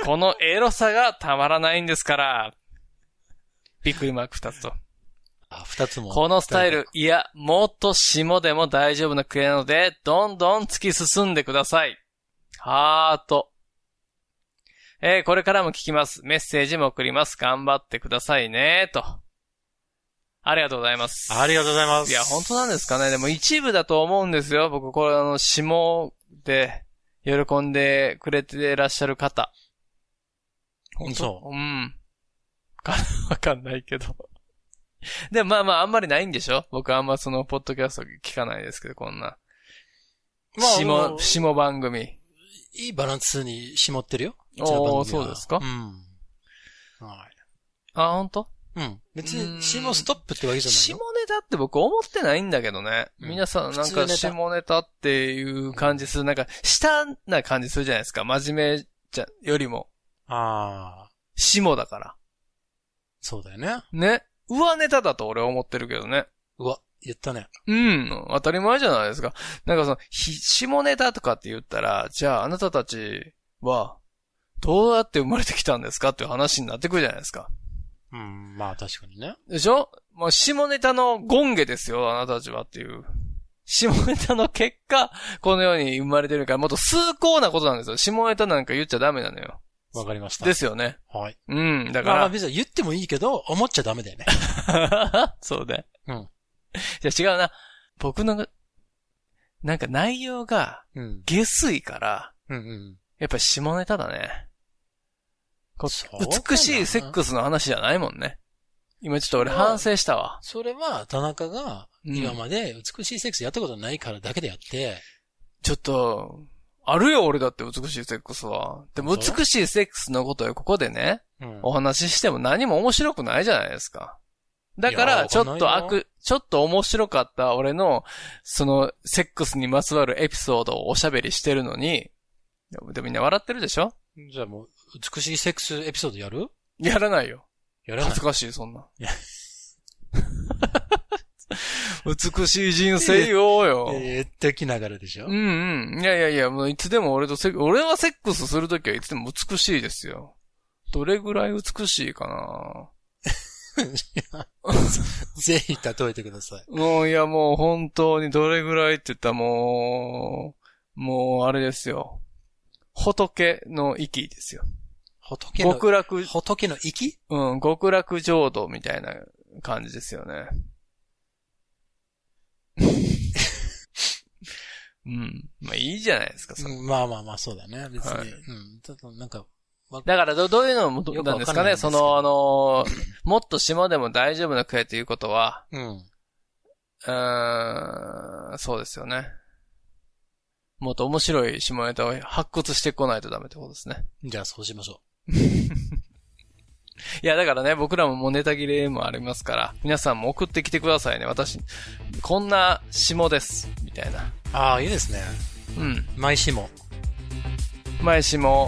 [SPEAKER 1] このエロさがたまらないんですから。びっくりマーク二つと。
[SPEAKER 2] あ、二つも。
[SPEAKER 1] このスタイル、いや、もっと下でも大丈夫なクエなので、どんどん突き進んでください。ハート。えーこれからも聞きます。メッセージも送ります。頑張ってくださいね、と。ありがとうございます。
[SPEAKER 2] ありがとうございます。
[SPEAKER 1] いや、本当なんですかね。でも一部だと思うんですよ。僕、これあの、下で喜んでくれてらっしゃる方。
[SPEAKER 2] 本当そう。
[SPEAKER 1] うん。 か、わかんないけど。でもまあまあ、あんまりないんでしょ僕あんまその、ポッドキャスト聞かないですけど、こんな。
[SPEAKER 2] まああ
[SPEAKER 1] 下、
[SPEAKER 2] の
[SPEAKER 1] 下番組。
[SPEAKER 2] いいバランスに絞ってるよ。
[SPEAKER 1] おー
[SPEAKER 2] うちの番組は
[SPEAKER 1] そうですか
[SPEAKER 2] うん。は
[SPEAKER 1] あ、本当？
[SPEAKER 2] い。うん。別
[SPEAKER 1] うーん
[SPEAKER 2] に、下ストップってわけじゃない
[SPEAKER 1] 下
[SPEAKER 2] よ。
[SPEAKER 1] ネタって僕思ってないんだけどね。
[SPEAKER 2] うん
[SPEAKER 1] 皆さんなん
[SPEAKER 2] 普通ネ
[SPEAKER 1] か
[SPEAKER 2] タ
[SPEAKER 1] 下ネタっていう感じする。なんか、下な感じするじゃないですか。真面目じゃ、よりも、
[SPEAKER 2] ああ、
[SPEAKER 1] 下だから。
[SPEAKER 2] そうだよね。
[SPEAKER 1] ね。上ネタだと俺は思ってるけどね。
[SPEAKER 2] うわ、言ったね。
[SPEAKER 1] うん。当たり前じゃないですか。なんかその、ひ下ネタとかって言ったら、じゃああなたたちは、どうやって生まれてきたんですかっていう話になってくるじゃないですか。
[SPEAKER 2] うん、まあ確かにね。
[SPEAKER 1] でしょもう下ネタのゴンゲですよ、あなたたちはっていう。下ネタの結果、このように生まれてるから、もっと崇高なことなんですよ。下ネタなんか言っちゃダメなのよ。
[SPEAKER 2] わかりました。
[SPEAKER 1] ですよね。
[SPEAKER 2] はい。
[SPEAKER 1] うん、だ
[SPEAKER 2] まあまあ
[SPEAKER 1] か
[SPEAKER 2] 別に言ってもいいけど、思っちゃダメだよね。
[SPEAKER 1] ら。そうだ。
[SPEAKER 2] うん。
[SPEAKER 1] じゃあ違うな。僕の、なんか内容が
[SPEAKER 2] うん。
[SPEAKER 1] 下水から、
[SPEAKER 2] うんうん。
[SPEAKER 1] やっぱり下ネタだね。こ
[SPEAKER 2] そうかな
[SPEAKER 1] 美しいセックスの話じゃないもんね。今ちょっと俺反省したわ。
[SPEAKER 2] それは、田中が、
[SPEAKER 1] うん
[SPEAKER 2] 今まで美しいセックスやったことないからだけでやって、
[SPEAKER 1] ちょっと、あるよ、俺だって美しいセックスは。でも
[SPEAKER 2] 本当
[SPEAKER 1] 美しいセックスのことをここでね、
[SPEAKER 2] うん
[SPEAKER 1] お話ししても何も面白くないじゃないですか。だか
[SPEAKER 2] いや
[SPEAKER 1] ら、
[SPEAKER 2] わ
[SPEAKER 1] ちょ
[SPEAKER 2] かんな
[SPEAKER 1] っ
[SPEAKER 2] いよ
[SPEAKER 1] と悪、ちょっと面白かった俺の、その、セックスにまつわるエピソードをおしゃべりしてるのに、でもでもみんな笑ってるでしょ
[SPEAKER 2] じゃあもう、美しいセックスエピソードやる
[SPEAKER 1] やらないよ。
[SPEAKER 2] やらない
[SPEAKER 1] 恥ず。かしい、そんな。
[SPEAKER 2] いや
[SPEAKER 1] 美しい人生よよ。
[SPEAKER 2] えー、ってきながらでしょ
[SPEAKER 1] うんうん。いやいやいや、もういつでも俺とセック俺はセックスするときはいつでも美しいですよ。どれぐらい美しいかな
[SPEAKER 2] ぜひ例えてください。
[SPEAKER 1] もういやもう本当にどれぐらいって言ったらもう、もうあれですよ。仏の息ですよ。
[SPEAKER 2] 仏の、
[SPEAKER 1] 極楽、
[SPEAKER 2] 仏の息
[SPEAKER 1] うん、極楽浄土みたいな感じですよね。 うん。まあいいじゃないですか、それ
[SPEAKER 2] うんまあまあまあ、そうだね。別に。
[SPEAKER 1] はい
[SPEAKER 2] うん。ちょっとなんか、
[SPEAKER 1] だからど、どういうのもど、
[SPEAKER 2] よく
[SPEAKER 1] なん
[SPEAKER 2] わ
[SPEAKER 1] で
[SPEAKER 2] か
[SPEAKER 1] す
[SPEAKER 2] ん
[SPEAKER 1] か
[SPEAKER 2] な
[SPEAKER 1] ね
[SPEAKER 2] いんです
[SPEAKER 1] そ
[SPEAKER 2] けど
[SPEAKER 1] の、あのー、もっと島でも大丈夫な声ということは、
[SPEAKER 2] うん。
[SPEAKER 1] うーん、そうですよね。もっと面白い下ネタを発掘してこないとダメってことですね。
[SPEAKER 2] じゃあそうしましょ
[SPEAKER 1] いや、だからね、僕らももうネタ切れもありますから、皆さんも送ってきてくださいね。私、こんな下です。みたいな。
[SPEAKER 2] う。ああ、いいですね。
[SPEAKER 1] うん。
[SPEAKER 2] 毎週も。
[SPEAKER 1] 前下
[SPEAKER 2] う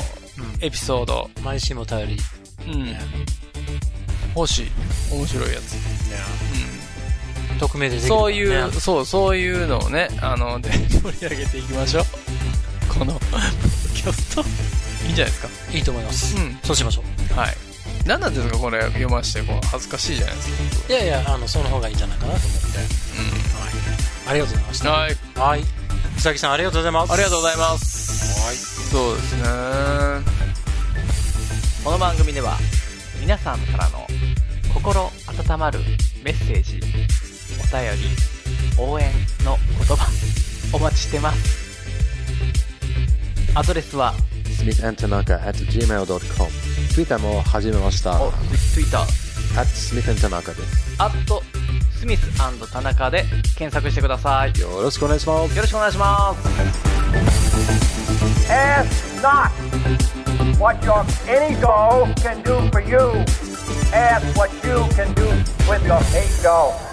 [SPEAKER 1] エピソード。
[SPEAKER 2] ん。毎週も頼り。ね。
[SPEAKER 1] うん。欲しい。面白いやつ。うん。
[SPEAKER 2] 匿名でできるからね。
[SPEAKER 1] そういう、そう、そういうのをね、あの、で、盛り上げていきましょう。この、ポッドキャスト。いいんじゃないですか。
[SPEAKER 2] いいと思います。
[SPEAKER 1] うん
[SPEAKER 2] そうしましょう。
[SPEAKER 1] はい。何なんですか、これ読まして、こう、恥ずかしいじゃないですか。
[SPEAKER 2] いやいや、あの、その方がいいんじゃないかなと思って。はい。ありがとうございまし
[SPEAKER 1] うん。
[SPEAKER 2] た。
[SPEAKER 1] はい。
[SPEAKER 2] はい。うさぎさん、ありがとうございます。。
[SPEAKER 1] ありがとうございますす。
[SPEAKER 2] はい。
[SPEAKER 1] そうですね。
[SPEAKER 4] この番組では皆さんからの心温まるメッセージお便り応援の言葉お待ちしてますアドレスは
[SPEAKER 8] smithandtanaka at gmail.com ツイッターも始めました
[SPEAKER 4] お Twitter
[SPEAKER 8] at smithandtanaka で
[SPEAKER 4] アットスミス田中で検索してください
[SPEAKER 8] すよろしくお願いします
[SPEAKER 4] よろしくお願いします
[SPEAKER 6] Ask not what your any doll can do for you. Ask what you can do with your eight doll.